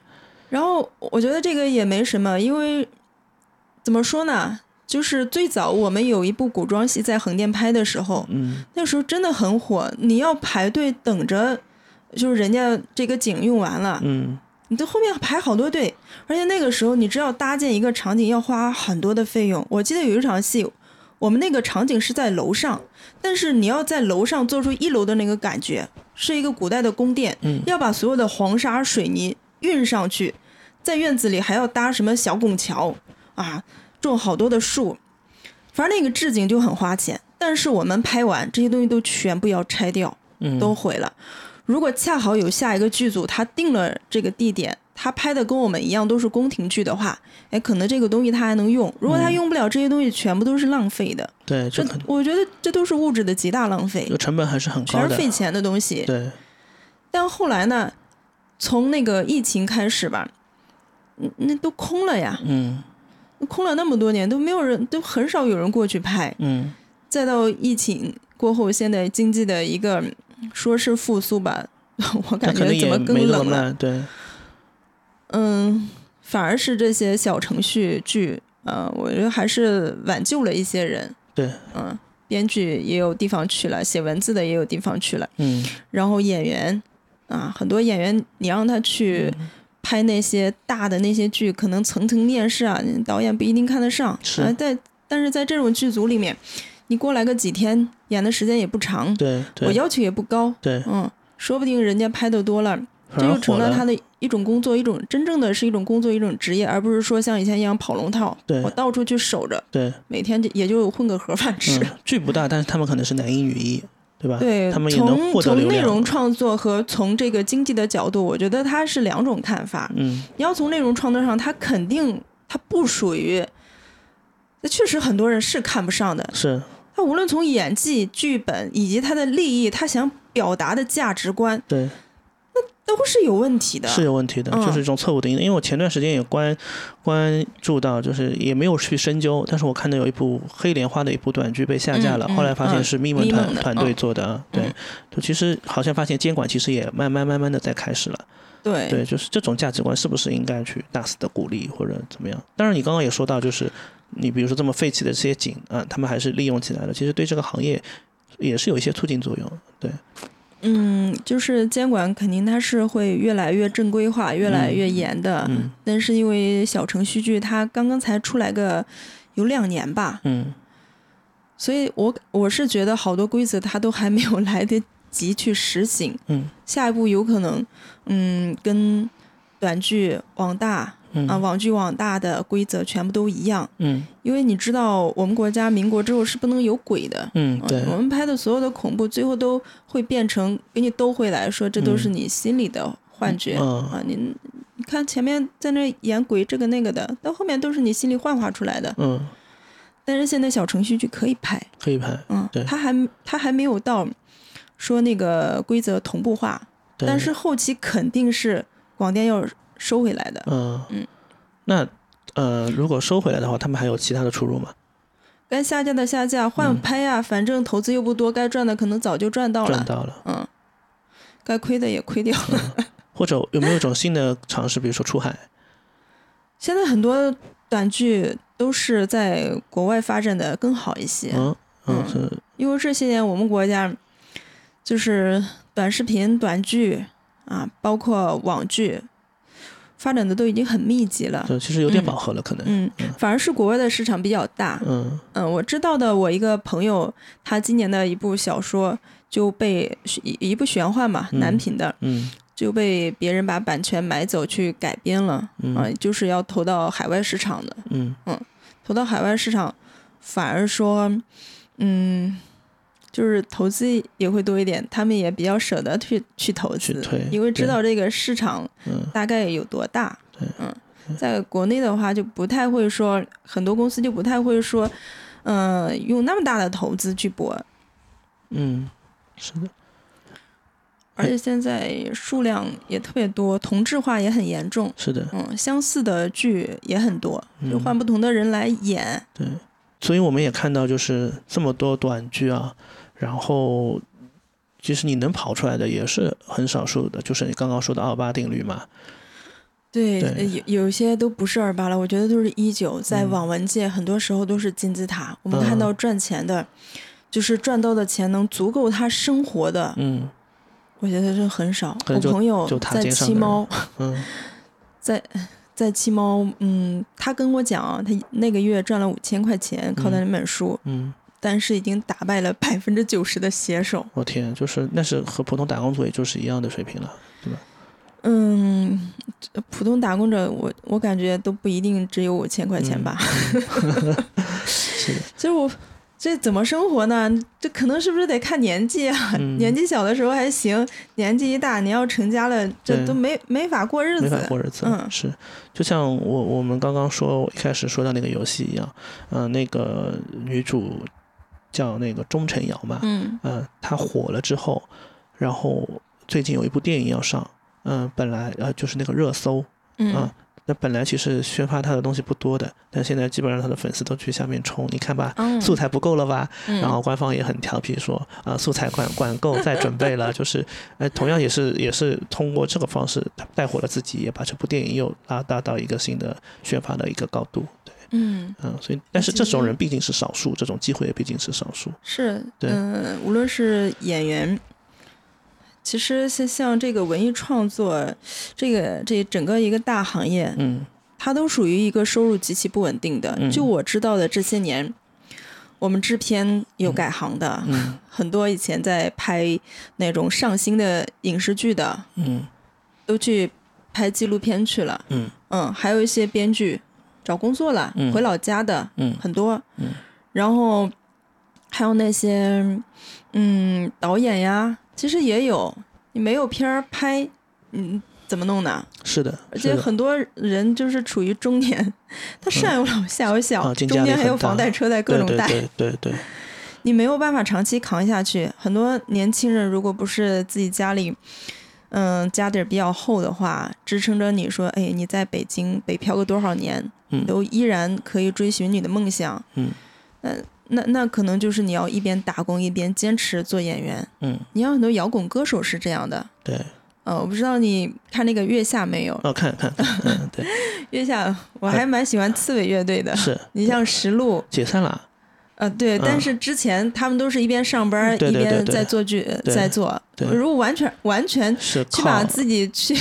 S3: 然后我觉得这个也没什么，因为怎么说呢，就是最早我们有一部古装戏在横店拍的时候，
S2: 嗯，
S3: 那时候真的很火，你要排队等着，就是人家这个景用完了，
S2: 嗯，
S3: 你这后面排好多队，而且那个时候你知道搭建一个场景要花很多的费用。我记得有一场戏，我们那个场景是在楼上，但是你要在楼上做出一楼的那个感觉，是一个古代的宫殿，
S2: 嗯
S3: 要把所有的黄沙水泥运上去，在院子里还要搭什么小拱桥啊，种好多的树，反正那个置景就很花钱。但是我们拍完这些东西都全部要拆掉，
S2: 嗯
S3: 都毁了。如果恰好有下一个剧组他定了这个地点，他拍的跟我们一样都是宫廷剧的话，哎，可能这个东西他还能用。如果他用不了这些东西，全部都是浪费的。
S2: 对，
S3: 这
S2: 这嗯可
S3: 我觉得这都是物质的极大浪费
S2: 这，成本还是很
S3: 全
S2: 高
S3: 是
S2: 的，
S3: 费钱的东西。
S2: 对，
S3: 但后来呢，从那个疫情开始吧，嗯那都空了呀，
S2: 嗯
S3: 空了那么多年都没有人，都很少有人过去拍。
S2: 嗯
S3: 再到疫情过后，现在经济的一个说是复苏吧， 我
S2: 但
S3: 感
S2: 可能
S3: 觉怎
S2: 也
S3: 么
S2: 没
S3: 更
S2: 那么
S3: 冷了？
S2: 慢，对，
S3: 嗯，反而是这些小程序剧，呃，我觉得还是挽救了一些人。
S2: 对
S3: 嗯、编剧也有地方去了，写文字的也有地方去了，
S2: 嗯
S3: 然后演员啊，很多演员你让他去拍那些大的那些剧，可能层层面试啊，导演不一定看得上。
S2: 是
S3: 啊，在但是在这种剧组里面，你过来个几天，演的时间也不长，
S2: 对
S3: 我
S2: 对
S3: 要求也不高，
S2: 对，
S3: 嗯，说不定人家拍的多了。
S2: 反
S3: 这
S2: 而
S3: 就成
S2: 火
S3: 了他的一种工作，一种真正的是一种工作，一种职业，而不是说像以前一样跑龙套，
S2: 对
S3: 我到处去守着，
S2: 对，
S3: 每天就也就混个盒饭吃。
S2: 嗯嗯，剧不大，但是他们可能是男一女一，对吧？
S3: 对，
S2: 他们也能
S3: 从
S2: 获得
S3: 从
S2: 流
S3: 内容
S2: 量。
S3: 创作和从这个经济的角度，我觉得它是两种看法。
S2: 嗯，
S3: 你要从内容创作上，它肯定它不属于，那确实很多人是看不上的。
S2: 是
S3: 他无论从演技、剧本以及他的利益，他想表达的价值观
S2: 对，
S3: 都是有问题的。
S2: 是有问题的，
S3: 嗯
S2: 就是一种错误的因。因为我前段时间也关关注到，就是也没有去深究，但是我看到有一部《黑莲花》的一部短剧被下架了，
S3: 嗯嗯
S2: 后来发现
S3: 嗯
S2: 是咪蒙
S3: 咪
S2: 团、
S3: 蒙的
S2: 团队做的啊。对
S3: 嗯，
S2: 就其实好像发现监管其实也慢慢慢慢的在开始了。
S3: 对
S2: 对，就是这种价值观是不是应该去大肆的鼓励或者怎么样？当然，你刚刚也说到，就是你比如说这么废弃的这些景啊，他们还是利用起来了，其实对这个行业也是有一些促进作用。对，
S3: 嗯，就是监管肯定它是会越来越正规化、越来越严的。
S2: 嗯
S3: 但是因为小程序剧它刚刚才出来个有两年吧，
S2: 嗯
S3: 所以我我是觉得好多规则它都还没有 来得及去实行。
S2: 嗯
S3: 下一步有可能，嗯，跟短剧、网大
S2: 嗯
S3: 啊、网剧、网大的规则全部都一样。
S2: 嗯
S3: 因为你知道，我们国家民国之后是不能有鬼的。
S2: 嗯，对
S3: 嗯，我们拍的所有的恐怖，最后都会变成给你兜回来说，这都是
S2: 嗯
S3: 你心里的幻觉、
S2: 嗯
S3: 啊！你你看前面在那演鬼这个那个的，到后面都是你心里幻化出来的。
S2: 嗯，
S3: 但是现在小程序剧可以拍，
S2: 可以拍。
S3: 嗯
S2: 对，
S3: 它还它还没有到说那个规则同步化，
S2: 对
S3: 但是后期肯定是广电要收回来的。
S2: 嗯
S3: 嗯
S2: 那呃，如果收回来的话，他们还有其他的出入吗？
S3: 该下架的下架，换拍呀、反正投资又不多，该赚的可能早就赚到
S2: 嗯赚
S3: 了，
S2: 到了，嗯
S3: 嗯，该亏的也亏掉了。
S2: 或者有没有一种新的尝试，比如说出海？
S3: 现在很多短剧都是在国外发展的更好一些，
S2: 嗯嗯
S3: 嗯
S2: 是
S3: 因为这些年我们国家就是短视频、短剧啊，包括网剧，发展的都已经很密集了。
S2: 对，其实有点
S3: 嗯
S2: 饱和了，可能。
S3: 嗯，反而是国外的市场比较大。
S2: 嗯
S3: 嗯，我知道的，我一个朋友，他今年的一部小说就被一一部玄幻嘛，
S2: 嗯
S3: 男频的
S2: 嗯
S3: 就被别人把版权买走去改编了，
S2: 嗯
S3: 啊，就是要投到海外市场的。
S2: 嗯
S3: 投到海外市场，反而说，嗯，就是投资也会多一点，他们也比较舍得去去投
S2: 去
S3: 资
S2: 推，
S3: 因为知
S2: 对
S3: 道这个市场
S2: 嗯
S3: 大概有多大
S2: 对。
S3: 嗯，在国内的话就不太会说，很多公司就不太会说，嗯、用那么大的投资去搏，
S2: 嗯，是的。
S3: 而且现在数量也特别多，同质化也很严重。
S2: 是的，
S3: 嗯，相似的剧也很多，就
S2: 嗯
S3: 换不同的人来演。
S2: 对，所以我们也看到，就是这么多短剧啊，然后其实你能跑出来的也是很少数的，就是你刚刚说的奥巴定律嘛，
S3: 对，
S2: 对
S3: 呃有有些都不是二八了，我觉得都是一九，在
S2: 嗯
S3: 网文界很多时候都是金字塔。我们
S2: 嗯
S3: 看到赚钱的，就是赚到的钱能足够他生活的，
S2: 嗯
S3: 我觉得是很少。
S2: 可
S3: 我
S2: 能就
S3: 朋友
S2: 就塔
S3: 在
S2: 尖上
S3: 七
S2: 的人
S3: 猫，
S2: 嗯
S3: 在在七猫，嗯，他跟我讲啊，他那个月赚了五千块钱，靠的那本书，
S2: 嗯，
S3: 但是已经打败了百分之九十的写手。
S2: 我天，就是那是和普通打工族也就是一样的水平了，对吧？
S3: 嗯，这普通打工者，我我感觉都不一定只有五千块
S2: 嗯
S3: 钱吧。
S2: 是的，
S3: 就是我这怎么生活呢？这可能是不是得看年纪啊？
S2: 嗯
S3: 年纪小的时候还行，年纪一大，你要成家了，这
S2: 对
S3: 都没没法过日
S2: 没
S3: 子。
S2: 法过日子，
S3: 嗯
S2: 是，就像我我们刚刚说一开始说到那个游戏一样，嗯、那个女主叫那个钟晨瑶嘛，
S3: 嗯
S2: 嗯，他火了之后，然后最近有一部电影要上，嗯、本来呃就是那个热搜
S3: 嗯
S2: 啊，那、本来其实宣发他的东西不多的，但现在基本上他的粉丝都去下面冲，你看吧，
S3: 嗯
S2: 素材不够了吧？
S3: 嗯
S2: 然后官方也很调皮说，啊、素材管管够，再准备 了，就是，呃，同样也是也是通过这个方式，他带火了自己，也把这部电影又拉大到一个新的宣发的一个高度，对，
S3: 嗯
S2: 嗯，所以但是这种人毕竟是少数，这种机会也毕竟是少数，
S3: 是
S2: 对
S3: 嗯、无论是演员。其实像像这个文艺创作，这个这整个一个大行业，
S2: 嗯
S3: 它都属于一个收入极其不稳定的。
S2: 嗯
S3: 就我知道的，这些年我们制片有改行的，
S2: 嗯
S3: 很多以前在拍那种上新的影视剧的，
S2: 嗯
S3: 都去拍纪录片去了。
S2: 嗯
S3: 嗯，还有一些编剧找工作了，
S2: 嗯
S3: 回老家的
S2: 嗯
S3: 很多。
S2: 嗯
S3: 然后还有那些嗯导演呀，其实也有，你没有片儿拍，嗯，怎么弄呢？
S2: 是的，
S3: 而
S2: 是
S3: 且
S2: 的
S3: 很多人就是处于中年， 他上有老下有小，
S2: 啊经济
S3: 中
S2: 压力
S3: 间还
S2: 很
S3: 有房
S2: 大
S3: 贷、车贷各种贷，
S2: 对对对对对，
S3: 你没有办法长期扛下去。很多年轻人如果不是自己家里，嗯，家底儿比较厚的话，支撑着你说，哎，你在北京北漂个多少年，
S2: 嗯
S3: 你都依然可以追寻你的梦想。
S2: 嗯
S3: 那那那可能就是你要一边打工一边坚持做演员。
S2: 嗯
S3: 你像很多摇滚歌手是这样的。
S2: 对。
S3: 呃，我不知道你看那个月下没有？
S2: 哦，看看看，嗯，对，
S3: 月下我还蛮喜欢刺猬乐队的。
S2: 是
S3: 你像石路，
S2: 解散了，
S3: 呃，对，
S2: 嗯
S3: 但是之前他们都是一边上班、
S2: 嗯对对
S3: 一边
S2: 对对
S3: 在做剧，
S2: 对
S3: 在做。
S2: 对
S3: 如果完全完全
S2: 是
S3: 去
S2: 靠
S3: 把自己去，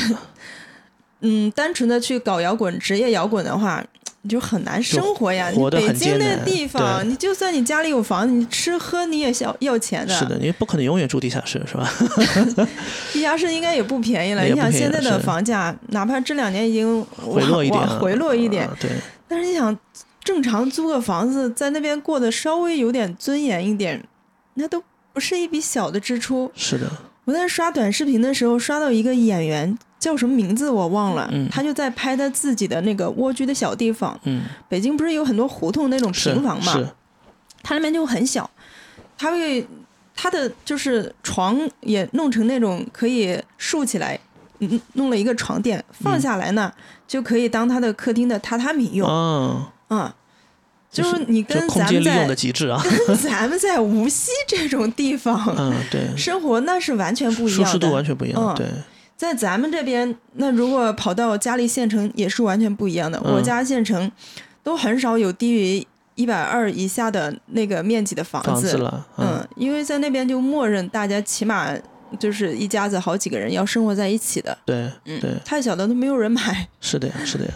S3: 嗯，单纯的去搞摇滚、职业摇滚的话，你就很难生活呀。
S2: 活
S3: 你
S2: 得
S3: 北
S2: 很
S3: 京
S2: 艰
S3: 那
S2: 难
S3: 地方，
S2: 对
S3: 你就算你家里有房，你吃喝你也是要要钱
S2: 是的，你不可能永远住地下室，是吧？
S3: 地下室应 该也不便宜了。
S2: 也
S3: 你
S2: 不
S3: 想
S2: 便宜
S3: 现在
S2: 了
S3: 的
S2: 是
S3: 房价，哪怕这两年已经
S2: 回落一点
S3: 往
S2: 啊，
S3: 回落一点
S2: 啊，对，
S3: 但是你想正常租个房子，在那边过得稍微有点尊严一点，那都不是一笔小的支出。
S2: 是的，
S3: 我在刷短视频的时候，刷到一个演员叫什么名字我忘了，
S2: 嗯
S3: 他就在拍他自己的那个蜗居的小地方。
S2: 嗯，
S3: 北京不是有很多胡同那种
S2: 是
S3: 平房嘛，
S2: 是，
S3: 他那边就很小，他会他的就是床也弄成那种可以竖起来，嗯，弄了一个床垫，放下来呢、就可以当他的客厅的榻榻米用。
S2: 嗯，
S3: 啊， 就是是你
S2: 就
S3: 跟
S2: 空
S3: 咱
S2: 间
S3: 们
S2: 利用的
S3: 在
S2: 极致啊，
S3: 跟咱们在无锡这种地方
S2: 嗯，对，
S3: 生活，那是完全不一
S2: 舒适
S3: 样
S2: 度啊
S3: 的。
S2: 完全不一
S3: 嗯
S2: 样，对，
S3: 在咱们这边，那如果跑到家里县城，也是完全不一样的。
S2: 嗯
S3: 我家县城都很少有低于一百二以下的那个面积的房
S2: 房子了，嗯，
S3: 嗯，因为在那边就默认大家起码就是一家子好几个人要生活在一起的。
S2: 对
S3: 嗯，
S2: 对，
S3: 太小的都没有人买。
S2: 是的呀，是的呀，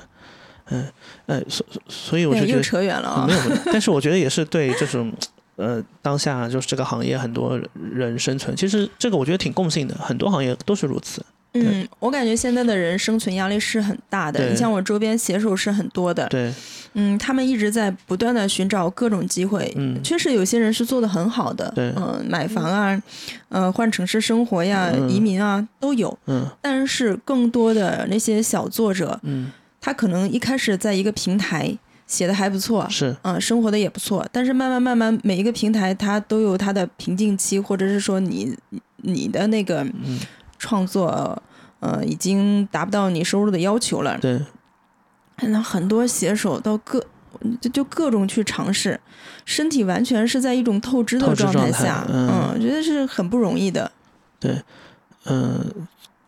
S2: 嗯，哎，所所所 以我
S3: 哎
S2: 就觉
S3: 又
S2: 得嗯
S3: 扯远了啊
S2: 没。有没有，但是我觉得也是对这种呃当下就是这个行业很多人生存，其实这个我觉得挺共性的，很多行业都是如此。
S3: 嗯，我感觉现在的人生存压力是很大的。
S2: 对
S3: 你像我周边写手是很多的，
S2: 对，
S3: 嗯，他们一直在不断的寻找各种机会。
S2: 嗯
S3: 确实有些人是做的很好的，
S2: 对
S3: 嗯、买房啊，呃，换城市生活呀，
S2: 嗯
S3: 移民啊都有。
S2: 嗯
S3: 但是更多的那些小作者，
S2: 嗯，
S3: 他可能一开始在一个平台写的还不错，
S2: 是
S3: 嗯、生活的也不错，但是慢慢慢慢，每一个平台它都有它的瓶颈期，或者是说你你的那个
S2: 嗯
S3: 创作，呃，已经达不到你收入的要求了。
S2: 对，
S3: 那很多写手到各就就各种去尝试，身体完全是在一种透支
S2: 透
S3: 的
S2: 支
S3: 状
S2: 状态
S3: 下，
S2: 嗯
S3: 我觉得是很不容易的。
S2: 嗯、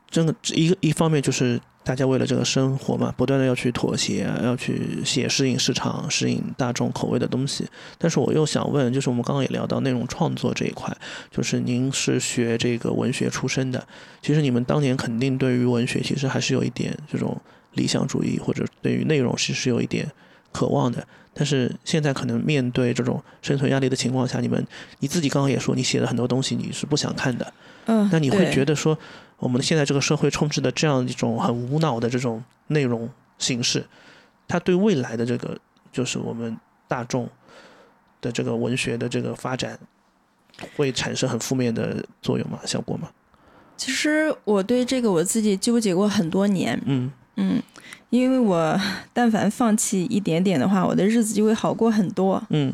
S2: 这个一个一方面就是大家为了这个生活嘛，不断的要去妥协，啊要去写适应市场、适应大众口味的东西。但是我又想问，就是我们刚刚也聊到内容创作这一块，就是您是学这个文学出身的，其实你们当年肯定对于文学其实还是有一点这种理想主义，或者对于内容其实是有一点渴望的。但是现在可能面对这种生存压力的情况下，你们你自己刚刚也说，你写的很多东西你是不想看的，
S3: 嗯，
S2: 那你会觉
S3: 得
S2: 得说，我们现在这个社会充斥的这样一种很无脑的这种内容形式，它对未来的这个就是我们大众的这个文学的这个发展，会产生很负面的作用吗？效果吗？
S3: 其实我对这个我自己纠结过很多年，
S2: 嗯
S3: 嗯，因为我 但凡放弃一点点的话，我的日子就会好过很多。
S2: 嗯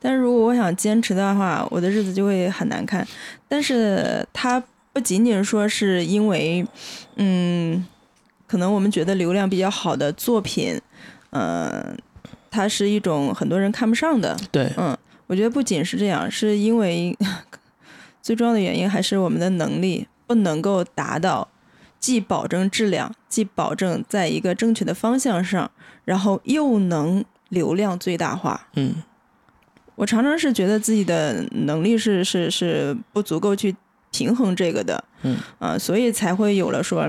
S3: 但是如果我想坚持的话，我的日子就会很难看。但是它不仅仅说是因为，嗯，可能我们觉得流量比较好的作品，呃，它是一种很多人看不上的。
S2: 对，
S3: 嗯，我觉得不仅是这样，是因为嗯最重要的原因还是我们的能力不能够达到，既保证质量，既保证在一个正确的方向上，然后又能流量最大化。
S2: 嗯
S3: 我常常是觉得自己的能力是是是不足够去平衡这个的，
S2: 嗯
S3: 啊、所以才会有了说，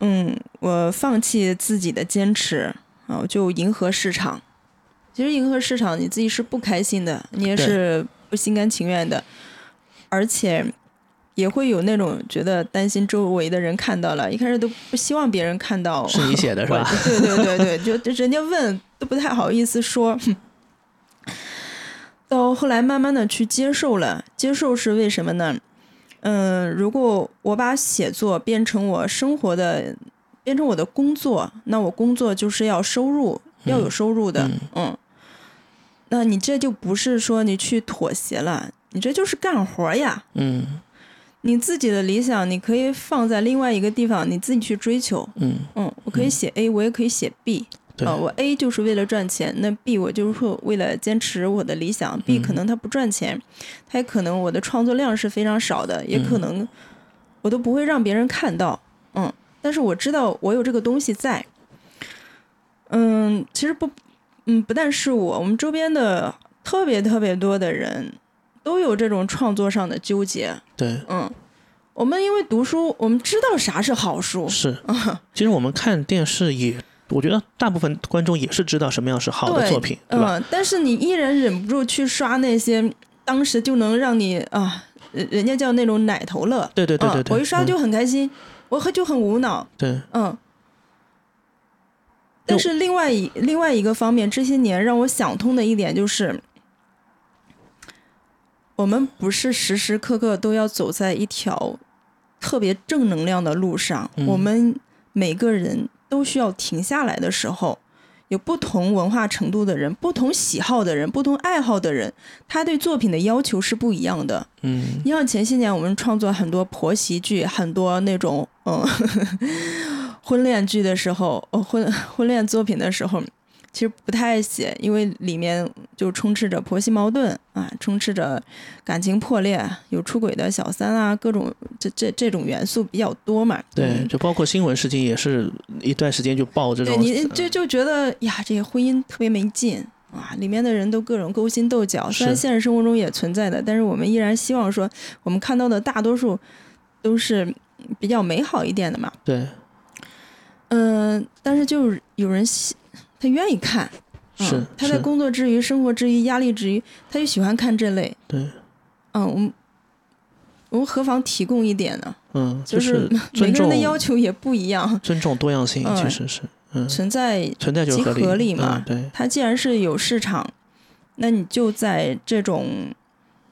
S3: 嗯，我放弃自己的坚持啊、我就迎合市场。其实迎合市场，你自己是不开心的，你也
S2: 对
S3: 是不心甘情愿的，而且也会有那种觉得担心周围的人看到了，一开始都不希望别人看到
S2: 是你 写的是吧？
S3: 对对对对，就就人家问都不太好意思说。到后来慢慢的去接受了，接受是为什么呢？嗯，如果我把写作变成我生活的，变成我的工作，那我工作就是要收入，要有收入的，嗯。那你这就不是说你去妥协了，你这就是干活呀。
S4: 嗯
S3: 你自己的理想，你可以放在另外一个地方，你自己去追求。
S4: 嗯，
S3: 嗯，我可以写 A，我也可以写 B。
S4: 对
S3: 啊，我 A 就是为了赚钱，那 B 我就是说为了坚持我的理想。B 可能它不赚钱，它也可能我的创作量是非常少的，也可能我都不会让别人看到。嗯，但是我知道我有这个东西在。嗯，其实不，嗯，不但是我，我们周边的特别特别多的人都有这种创作上的纠结。
S4: 对，
S3: 嗯，我们因为读书，我们知道啥是好书，
S4: 是。 其实我们看电视也，我觉得大部分观众也是知道什么样是好的
S3: 对
S4: 作品，对吧？
S3: 嗯，但是你依然忍不住去刷那些当时就能让你啊，人人家叫那种奶头乐，
S4: 对对对对
S3: 嗯，我
S4: 对，
S3: 一刷
S4: 嗯
S3: 就很开心，我很就很无脑，
S4: 对，
S3: 嗯。但是另外一另外一个方面，这些年让我想通的一点就是，我们不是时时刻刻都要走在一条特别正能量的路上，我们每个人都需要停下来的时候。有不同文化程度的人、不同喜好的人、不同爱好的人，他对作品的要求是不一样的。
S4: 嗯
S3: 你像前些年我们创作很多婆媳剧，很多那种嗯 婚恋剧的时候，哦婚婚恋作品的时候，其实不太爱写，因为里面就充斥着婆媳矛盾啊，充斥着感情破裂，有出轨的小三啊，各种这这这种元素比较多嘛。
S4: 对，
S3: 嗯
S4: 就包括新闻事情也是一段时间就爆这
S3: 对
S4: 种，
S3: 你呃就就觉得呀，这些婚姻特别没劲啊，里面的人都各种勾心斗角，虽然
S4: 是
S3: 现实生活中也存在的，但是我们依然希望说，我们看到的大多数都是比较美好一点的嘛。
S4: 对，
S3: 嗯、但是就是有人喜他愿意看，嗯
S4: 是
S3: 他在
S4: 是，
S3: 工作之余、生活之余、压力之余，他就喜欢看这类。
S4: 对，
S3: 嗯，我们我们何妨提供一点呢？
S4: 嗯，
S3: 就
S4: 就是
S3: 每
S4: 尊
S3: 个人
S4: 重
S3: 的要求也不一样，
S4: 尊重多样性，
S3: 嗯
S4: 其实是，嗯，
S3: 存在
S4: 存在就是
S3: 即
S4: 合理
S3: 合理嘛
S4: 嗯对，
S3: 它既然是有市场，那你就在这种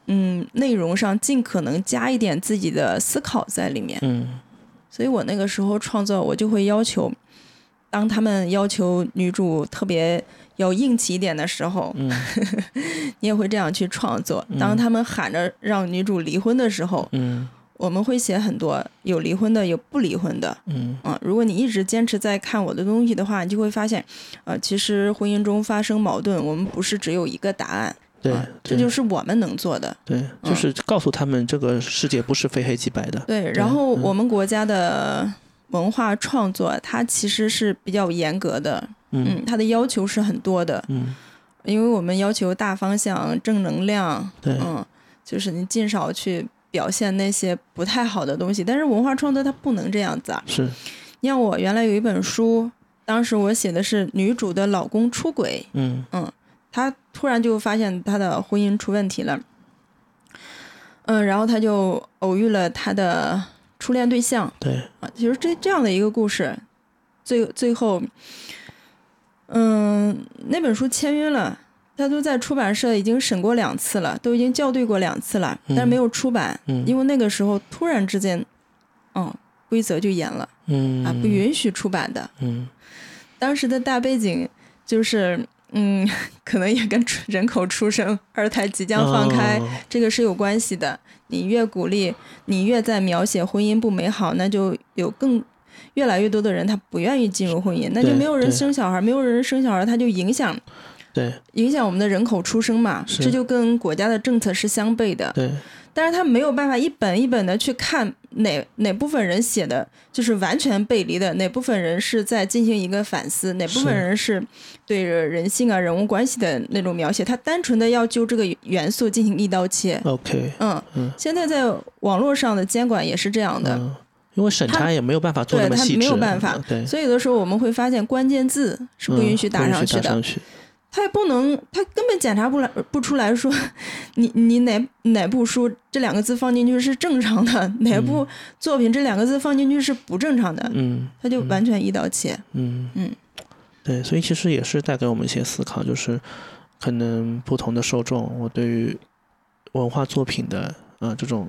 S3: 嗯内容上尽可能加一点自己的思考在里面。
S4: 嗯
S3: 所以我那个时候创作，我就会要求，当他们要求女主特别要硬气一点的时候，
S4: 嗯
S3: 你也会这样去创作。当他们喊着让女主离婚的时候，
S4: 嗯
S3: 我们会写很多有离婚的，有不离婚的。
S4: 嗯，
S3: 啊，如果你一直坚持在看我的东西的话，你就会发现，呃，其实婚姻中发生矛盾，我们不是只有一个答案，
S4: 对
S3: 啊，这
S4: 对
S3: 就是我们能做的。
S4: 对，就
S3: 嗯
S4: 是告诉他们这个世界不是非黑即白的，
S3: 对，然后
S4: 嗯
S3: 我们国家的文化创作，它其实是比较严格的，
S4: 嗯
S3: 嗯，它的要求是很多的，
S4: 嗯，
S3: 因为我们要求大方向、正能量，
S4: 对，
S3: 嗯，就是你尽少去表现那些不太好的东西，但是文化创作它不能这样子啊，
S4: 是，
S3: 你像我原来有一本书，当时我写的是女主的老公出轨，
S4: 嗯
S3: 她突然就发现她的婚姻出问题了，嗯，然后她就偶遇了她的初恋对象
S4: 对，
S3: 啊，其实这这样的一个故事，最最后，嗯，那本书签约了。她都在出版社已经审过两次了，都已经校对过两次了，但是没有出版，
S4: 嗯
S3: 因为那个时候突然之间，嗯，规则就严了
S4: 嗯
S3: 啊，不允许出版的。
S4: 嗯
S3: 当时的大背景就是，嗯，可能也跟出人口出生、二胎即将放开、
S4: 哦
S3: 这个是有关系的。你越鼓励，你越在描写婚姻不美好，那就有更越来越多的人他不愿意进入婚姻，那就
S4: 对
S3: 没有人
S4: 对
S3: 生小孩，没有人生小孩，他就影响
S4: 对
S3: 影响我们的人口出生嘛，
S4: 是
S3: 这就跟国家的政策是相悖的。
S4: 对
S3: 但是他没有办法一本一本的去看哪哪部分人写的就是完全背离的，哪部分人是在进行一个反思，哪部分
S4: 是
S3: 人是对人性啊、人物关系的那种描写。他单纯的要就这个元素进行一刀切。
S4: ，OK，
S3: 嗯，
S4: 嗯
S3: 现在在网络上的监管也是这样的，
S4: 嗯，因为审
S3: 他
S4: 查也没有办法做
S3: 对
S4: 那么
S3: 他
S4: 细致，
S3: 没有办法
S4: 嗯对，
S3: 所以有的时候我们会发现关键字是不
S4: 嗯
S3: 允许打上去
S4: 打
S3: 的。
S4: 上去，
S3: 他也不能，他根本检查不来不出来说，你你哪哪部书这两个字放进去是正常的，哪部作品这两个字放进去是不正常的，
S4: 嗯
S3: 他就完全一刀切。
S4: 嗯
S3: 嗯，
S4: 对，所以其实也是带给我们一些思考，就是
S2: 可能不同的受众，我对于文化作品的呃这种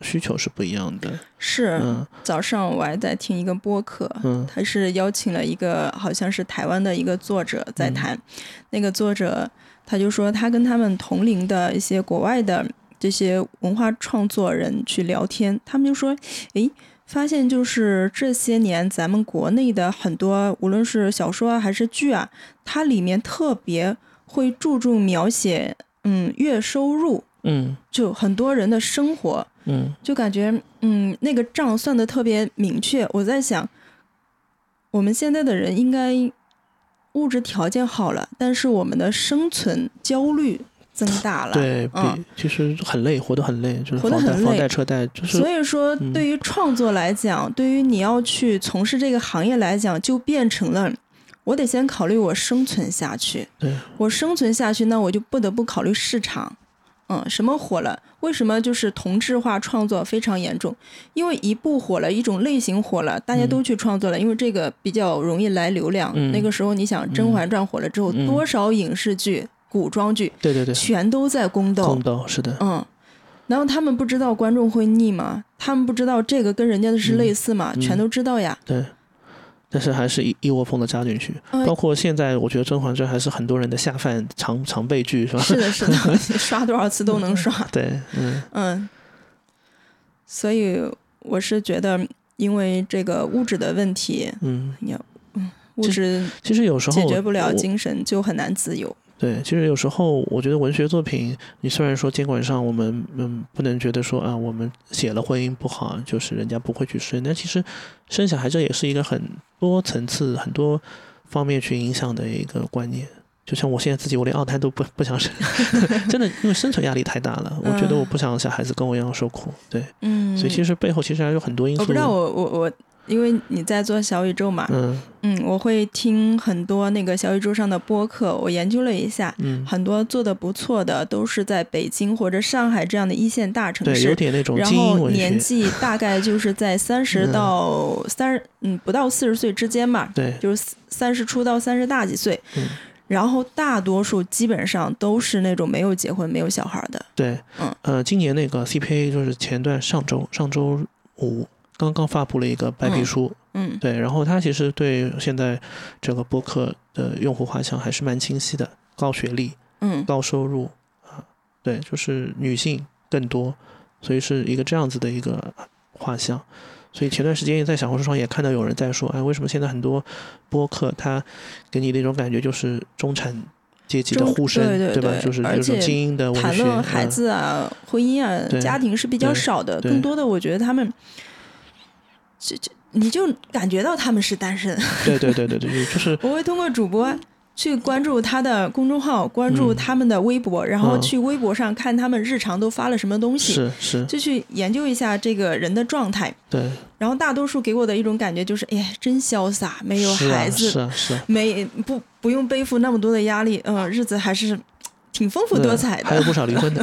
S2: 需求是不一样的。
S3: 是
S2: 嗯
S3: 早上我还在听一个播客，
S2: 嗯
S3: 他是邀请了一个好像是台湾的一个作者在谈，那个作者他就说他跟他们同龄的一些国外的这些文化创作人去聊天，他们就说，诶。发现就是这些年咱们国内的很多，无论是小说啊还是剧啊，它里面特别会注重描写，嗯，月收入，
S2: 嗯
S3: 就很多人的生活，
S2: 嗯
S3: 就感觉嗯，那个账算的特别明确。我在想，我们现在的人应该物质条件好了，但是我们的生存焦虑增大了。
S2: 对，比、
S3: 嗯
S2: 其实很累，活得很累，就是
S3: 活得
S2: 房贷、
S3: 很
S2: 房
S3: 累
S2: 贷、车贷，就是
S3: 所以说，
S2: 嗯
S3: 对于创作来讲，对于你要去从事这个行业来讲，就变成了我得先考虑我生存下去。
S2: 对
S3: 我生存下去，那我就不得不考虑市场。嗯，什么火了？为什么就是同质化创作非常严重？因为一部火了，一种类型火了，大家都去创作了，因为这个比较容易来流量。
S2: 嗯
S3: 那个时候，你想《甄嬛传》火了之后，
S2: 嗯
S3: 多少影视剧、古装剧
S2: 对对对，
S3: 全都在宫斗，
S2: 空斗是的，
S3: 嗯，然后他们不知道观众会腻吗？他们不知道这个跟人家的是类似吗？
S2: 嗯
S3: 全都知道呀。
S2: 对。但是还是一一窝蜂的扎进去，
S3: 嗯
S2: 包括现在，我觉得《甄嬛传》还是很多人的下饭常常备剧，是吧？
S3: 是的，是的，你刷多少次都能刷。
S2: 对，嗯
S3: 嗯，所以我是觉得，因为这个物质的问题，
S2: 嗯。
S3: 你要嗯物质
S2: 其实有时候
S3: 解决不了
S2: 我
S3: 精神，就很难自由。
S2: 对，其实有时候我觉得文学作品，你虽然说监管上我们嗯不能觉得说啊我们写了婚姻不好，就是人家不会去生，但其实生小孩这也是一个很多层次、很多方面去影响的一个观念。就像我现在自己，我连二胎都不不想生， 真的，因为生存压力太大了。我觉得我不想小孩子跟我一样受苦，对，
S3: 嗯，
S2: 所以其实背后其实还有很多因素。
S3: 我不知道我我我，因为你在做小宇宙嘛，
S2: 嗯
S3: 嗯，我会听很多那个小宇宙上的播客，我研究了一下，
S2: 嗯，
S3: 很多做的不错的都是在北京或者上海这样的一线大城
S2: 对，有
S3: 市，
S2: 点那种
S3: 然
S2: 精英
S3: 后
S2: 文
S3: 年
S2: 学，
S3: 纪大概就是在三十
S2: 嗯
S3: 到三十，嗯，不到四十岁之间吧，
S2: 对，
S3: 就是三十出到三十大几岁。
S2: 嗯
S3: 然后大多数基本上都是那种没有结婚、没有小孩的。
S2: 对，
S3: 嗯
S2: 呃，今年那个 CPA 就是前段上周上周五刚刚发布了一个白皮
S3: 嗯
S2: 书，
S3: 嗯
S2: 对，然后它其实对现在整个播客的用户画像还是蛮清晰的，高学历、
S3: 嗯
S2: 高收入啊，对，就是女性更多，所以是一个这样子的一个画像。所以前段时间也在小红书上也看到有人在说，哎，为什么现在很多播客它给你的一种感觉就是中产阶级的
S3: 中
S2: 呼声，
S3: 对对
S2: 吧？
S3: 对
S2: 就是
S3: 而
S2: 这种
S3: 且
S2: 精英的文
S3: 谈
S2: 学，
S3: 论孩
S2: 嗯
S3: 子啊、婚姻啊
S2: 对、
S3: 家庭是比较
S2: 对
S3: 少的，
S2: 对
S3: 更多的我觉得他们，这这你就感觉到他们是单身。
S2: 对对对对对， 就是
S3: 我会通过主播去关注他的公众号，关注
S2: 嗯
S3: 他们的微博，然后
S2: 嗯
S3: 去微博上看他们日常都发了什么东西，
S2: 是是，
S3: 就去研究一下这个人的状态。
S2: 对，
S3: 然后大多数给我的一种感觉就是，哎，真潇洒，没有
S2: 是啊
S3: 孩子，
S2: 是啊是啊，
S3: 没不不用背负那么多的压力，嗯、日子还是挺丰富多
S2: 对
S3: 彩的。
S2: 还有不少离 婚的，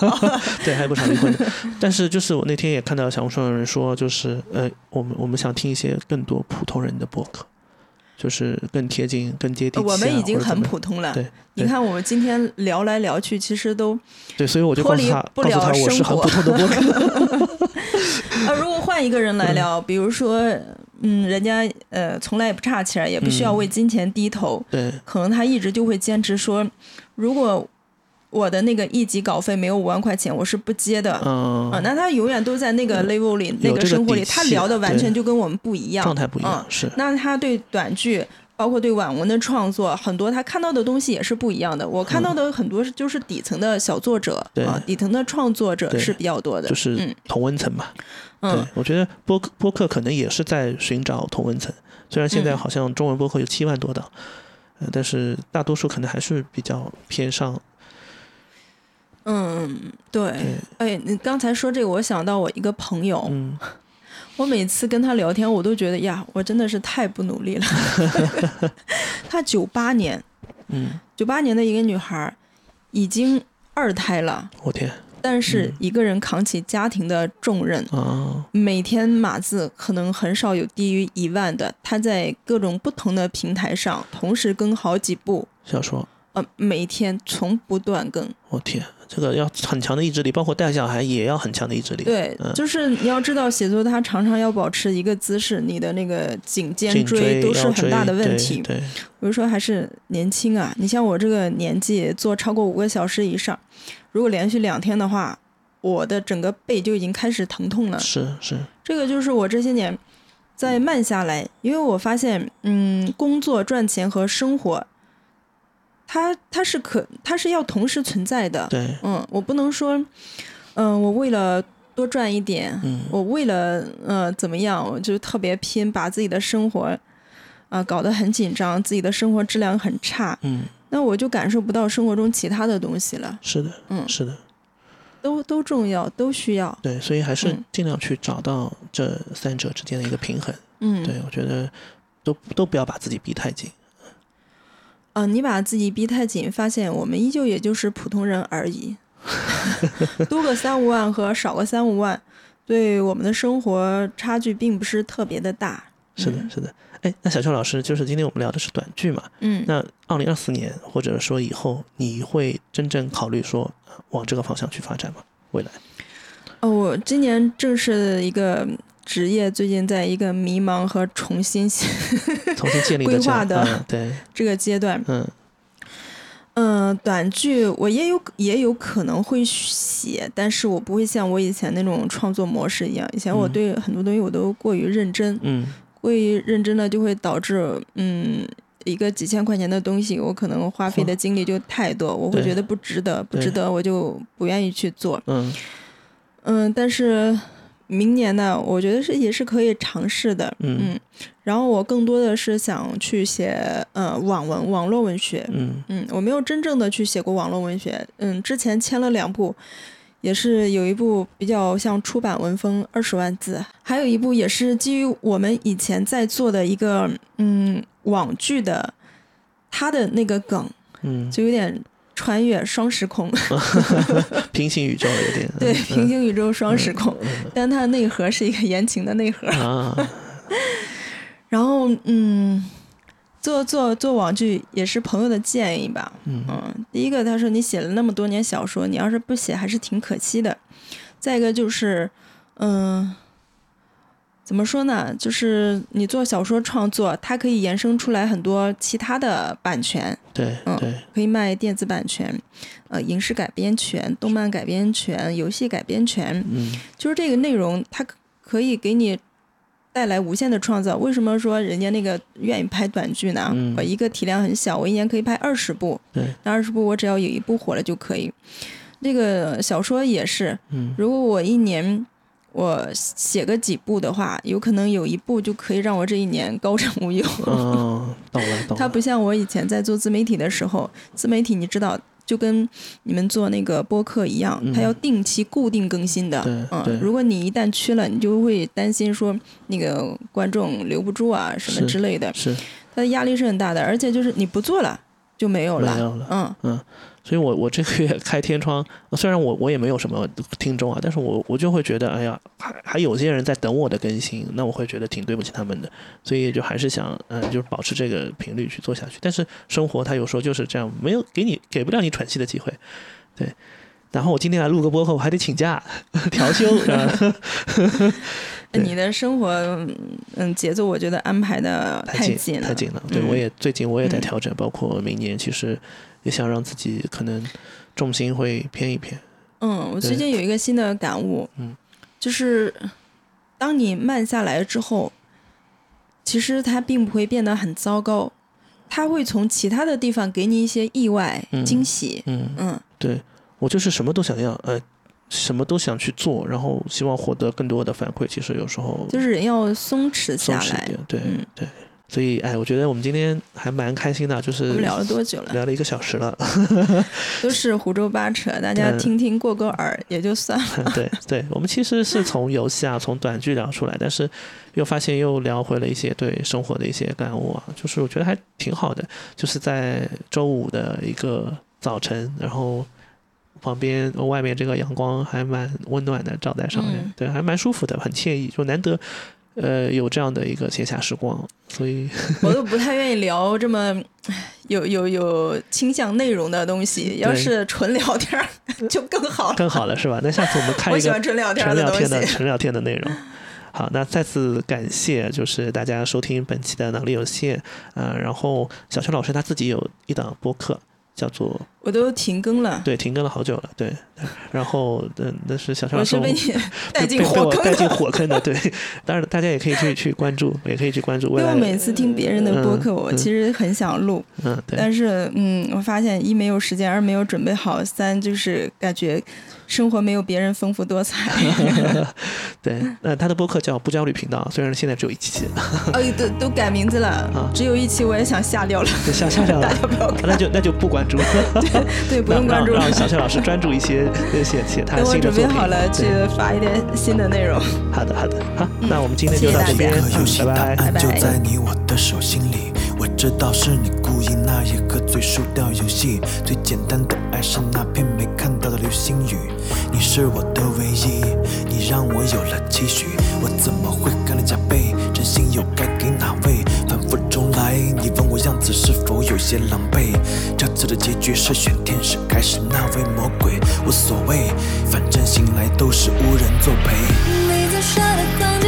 S2: 对，还有不少离婚的。但是就是我那天也看到小红书上有人说，就是呃，我们我们想听一些更多普通人的播客，就是更贴近、更接地气啊、
S3: 呃我们已经
S2: 或者怎
S3: 很
S2: 么样
S3: 普通了
S2: 对，
S3: 你
S2: 对
S3: 看我们今天聊来聊去，其实都
S2: 对，所以我就
S3: 脱
S2: 告诉
S3: 离
S2: 他，
S3: 不
S2: 告诉
S3: 了
S2: 他我是
S3: 生
S2: 很
S3: 活
S2: 普通的播客。
S3: 啊，如果换一个人来聊，比如说，嗯，人家呃从来也不差钱儿，也不需要为金钱低头，
S2: 对
S3: 可能他一直就会坚持说，如果我的那个一级稿费没有五万块钱，我是不接的。
S2: 嗯、
S3: 啊，那他永远都在那个 level 里，那
S2: 有这
S3: 个
S2: 个
S3: 生活里，
S2: 底气
S3: 他聊的完全
S2: 对
S3: 就跟我们不一样
S2: 状。态不一
S3: 嗯
S2: 样，是
S3: 那他对短剧，包括对网文的创作，很多他看到的东西也是不一样的。我看到的很多是就是底层的小作者、
S2: 嗯对
S3: 啊，底层的创作者
S2: 对
S3: 是比较多的。
S2: 就是
S3: 嗯
S2: 同温层嘛。
S3: 嗯
S2: 对，，我觉得播客播客可能也是在寻找同文层，虽然现在
S3: 嗯
S2: 好像中文播客有七万多档，呃，但是大多数可能还是比较偏上。
S3: 嗯，对
S2: 对，
S3: 哎，你刚才说这个，我想到我一个朋友，
S2: 嗯，
S3: 我每次跟他聊天，我都觉得呀，我真的是太不努力了。 他九八年，
S2: 嗯，
S3: 九八年的一个女孩儿，已经二胎了，
S2: 我天
S3: 但
S2: 嗯
S3: 是一个人扛起家庭的重任，
S2: 啊，
S3: 每天码字可能很少有低于一万的。她在各种不同的平台上同时更好几部
S2: 小说
S3: 呃，每天从不断更。
S2: 我天，这个要很强的意志力，包括带小孩也要很强的意志力。
S3: 对，
S2: 嗯
S3: 就是你要知道，写作它常常要保持一个姿势，你的那个颈肩
S2: 颈
S3: 椎
S2: 椎
S3: 都是
S2: 腰
S3: 很大
S2: 椎
S3: 的问
S2: 对
S3: 题。
S2: 对，
S3: 我就说还是年轻啊，你像我这个年纪，做超过五个小时以上，如果连续两天的话，我的整个背就已经开始疼痛了。
S2: 是是，
S3: 这个就是我这些年在慢下来，因为我发现，嗯，工作赚钱和生活，它它是可它是要同时存在的。
S2: 对，
S3: 嗯，我不能说，嗯、我为了多赚一点，
S2: 嗯
S3: 我为了呃怎么样，我就特别拼，把自己的生活啊、搞得很紧张，自己的生活质量很差，
S2: 嗯，
S3: 那我就感受不到生活中其他的东西了，
S2: 是的，
S3: 嗯
S2: 是的，
S3: 都都重要，都需要，
S2: 对，所以还是
S3: 嗯
S2: 尽量去找到这三者之间的一个平衡。
S3: 嗯，
S2: 对，我觉得都都不要把自己逼太紧。
S3: 啊、你把自己逼太紧，发现我们依旧也就是普通人而 已。多个三五万和少个三五万，对我们的生活差距并不是特别的大。
S2: 是的，是的。哎，那小邱老师，就是今天我们聊的是短剧嘛？
S3: 嗯，
S2: 那二零二四年或者说以后，你会真正考虑说呃往这个方向去发展吗？未来？
S3: 哦，我今年正式的一个职业，最近在一个迷茫和重新
S2: 重新建立
S3: 规
S2: 的这
S3: 划
S2: 样
S3: 的
S2: 嗯，对，
S3: 这个阶段。
S2: 嗯
S3: 嗯、短剧我也有也有可能会写，但是我不会像我以前那种创作模式一样。以前我
S2: 嗯
S3: 对很多东西我都过于认真，
S2: 嗯，
S3: 过于认真了就会导致嗯。一个几千块钱的东西，我可能花费的精力就太多，我会
S2: 对
S3: 觉得不值得，不值
S2: 对
S3: 得，我就不愿意去做。
S2: 嗯
S3: 嗯，但是明年呢，我觉得是也是可以尝试的，
S2: 嗯
S3: 然后我更多的是想去写呃网文、网络文学，
S2: 嗯
S3: 嗯，我没有真正的去写过网络文学，嗯，之前签了两部，也是有一部比较像出版文风，二十万字，还有一部也是基于我们以前在做的一个嗯网剧的，它的那个梗
S2: 嗯，
S3: 就有点穿越双时空，
S2: 嗯 平行宇宙有点嗯
S3: 对，
S2: 嗯
S3: 平行宇宙双时空，
S2: 嗯
S3: 但它的内核是一个言情的内核。
S2: 啊，
S3: 然后，嗯，做做做网剧也是朋友的建议吧。
S2: 嗯
S3: 嗯，第一个他说你写了那么多年小说，你要是不写还是挺可惜的。再一个就是，嗯、怎么说呢？就是你做小说创作，它可以延伸出来很多其他的版权，
S2: 对
S3: 嗯
S2: 对，
S3: 可以卖电子版权、呃影视改编权、动漫改编权、游戏改编权，
S2: 嗯
S3: 就是这个内容，它可可以给你带来无限的创造。为什么说人家那个愿意拍短剧呢？
S2: 嗯
S3: 我一个体量很小，我一年可以拍二十部，
S2: 对，
S3: 那二十部我只要有一部火了就可以。那个小说也是，
S2: 嗯
S3: 如果我一年我写个几部的话，有可能有一部就可以让我这一年 高枕无忧。
S2: 嗯，懂了懂了，
S3: 它不像我以前在做自媒体的时候，自媒体你知道，就跟你们做那个播客一样，
S2: 嗯
S3: 它要定期固定更新的。
S2: 对对
S3: 嗯，如果你一旦缺了，你就会担心说那个观众留不住啊什么
S2: 是
S3: 之类的，
S2: 是，
S3: 它的压力是很大的。而且就是你不做了就没有了，
S2: 没有了
S3: 嗯。
S2: 所以我我这个月开天窗，呃虽然我我也没有什么听众啊，但是我我就会觉得，哎呀，还还有些人在等我的更新，那我会觉得挺对不起他们的，所以就还是想，嗯、就是保持这个频率去做下去。但是生活它有时候就是这样，没有给你给不了你喘息的机会，对。然后我今天来录个播客，我还得请假调 休，啊对
S3: 你的生活，嗯，节奏我觉得安排的
S2: 太紧
S3: 紧了，
S2: 太紧了。对、
S3: 嗯
S2: 我也最近我也在
S3: 嗯
S2: 调整，包括明年其实也想让自己可能重心会偏一偏，
S3: 嗯，我最
S2: 对
S3: 近有一个新的感悟，
S2: 嗯，
S3: 就是当你慢下来之后，其实它并不会变得很糟糕，它会从其他的地方给你一些意外、
S2: 嗯
S3: 惊喜，
S2: 嗯。
S3: 嗯
S2: 对我就是什么都想要，呃，什么都想去做，然后希望获得更多的反馈。其实有时候
S3: 就是人要松弛
S2: 松
S3: 下
S2: 弛一
S3: 来
S2: 点。，对、
S3: 嗯
S2: 对。所以，哎，我觉得我们今天还蛮开心的，就是
S3: 我们聊了多久了？
S2: 聊了一个小时了。
S3: 都是胡诌八扯，大家
S2: 嗯
S3: 听听过过耳也就算了。
S2: 对对，我们其实是从游戏啊，从短剧聊出来，但是又发现又聊回了一些对生活的一些感悟啊，就是我觉得还挺好的。就是在周五的一个早晨，然后旁边外面这个阳光还蛮温暖的照在上面，
S3: 嗯
S2: 对，还蛮舒服的，很惬意，就难得。呃，有这样的一个闲暇时光，所以
S3: 我都不太愿意聊这么唉有有有倾向内容的东西，要是纯聊天儿 就更好了。
S2: 更好了，是吧？那下次我们开
S3: 我
S2: 一
S3: 喜
S2: 个
S3: 欢纯聊天儿
S2: 纯聊
S3: 东
S2: 天的
S3: 西。
S2: 纯聊天的内容。好，那再次感谢就是大家收听本期的能力有限，呃，然后小泉老师他自己有一档播客叫做
S3: 我都停更了，
S2: 对停更了好久了，对，然后嗯，那是小泉
S3: 我
S2: 老师
S3: 是被你 带进
S2: 被被
S3: 火
S2: 我
S3: 坑
S2: 带进
S3: 的。
S2: 火坑的，对，当然大家也可以去去关注，也可以去关注
S3: 因
S2: 未
S3: 为我
S2: 来，
S3: 每次听别人的播客，我
S2: 嗯
S3: 其实很想录，
S2: 嗯，对，
S3: 但是嗯，我发现一没有时间，二没有准备好，三就是感觉生活没有别人丰富 多彩。
S2: 对，那他的播客叫不焦虑频道，虽然现在只有一期，
S3: 哎，都都改名字了
S2: 啊，
S3: 只有一期我也想下掉了，
S2: 下下掉了
S3: 大家不要看，
S2: 那就那就不关注了。
S3: 对，不用
S2: 让
S3: 关注
S2: 让让小雪老师专注一些呃写写他
S3: 等我
S2: 新的
S3: 准
S2: 作
S3: 备
S2: 品。
S3: 好了，去
S2: 对
S3: 发一点新的内容。
S2: 好的好的，好，那我们今天
S3: 谢
S2: 就
S3: 谢
S2: 到
S3: 大
S2: 这边嗯
S3: 家，
S5: 个游戏
S2: 拜
S5: 答
S2: 拜。
S5: 案
S3: 拜
S5: 就在你我的手心里。我知道是你故意，那一刻最输掉游戏。最简单的爱是那片没看到的流星雨。你是我的唯一，你让我有了期许。我怎么会跟你加倍？真心又该给哪位？反复重来，你问我样子是否有些狼狈？这次的结局是选天使还是那位魔鬼？无所谓，反正醒来都是无人作陪。
S6: 你在沙滩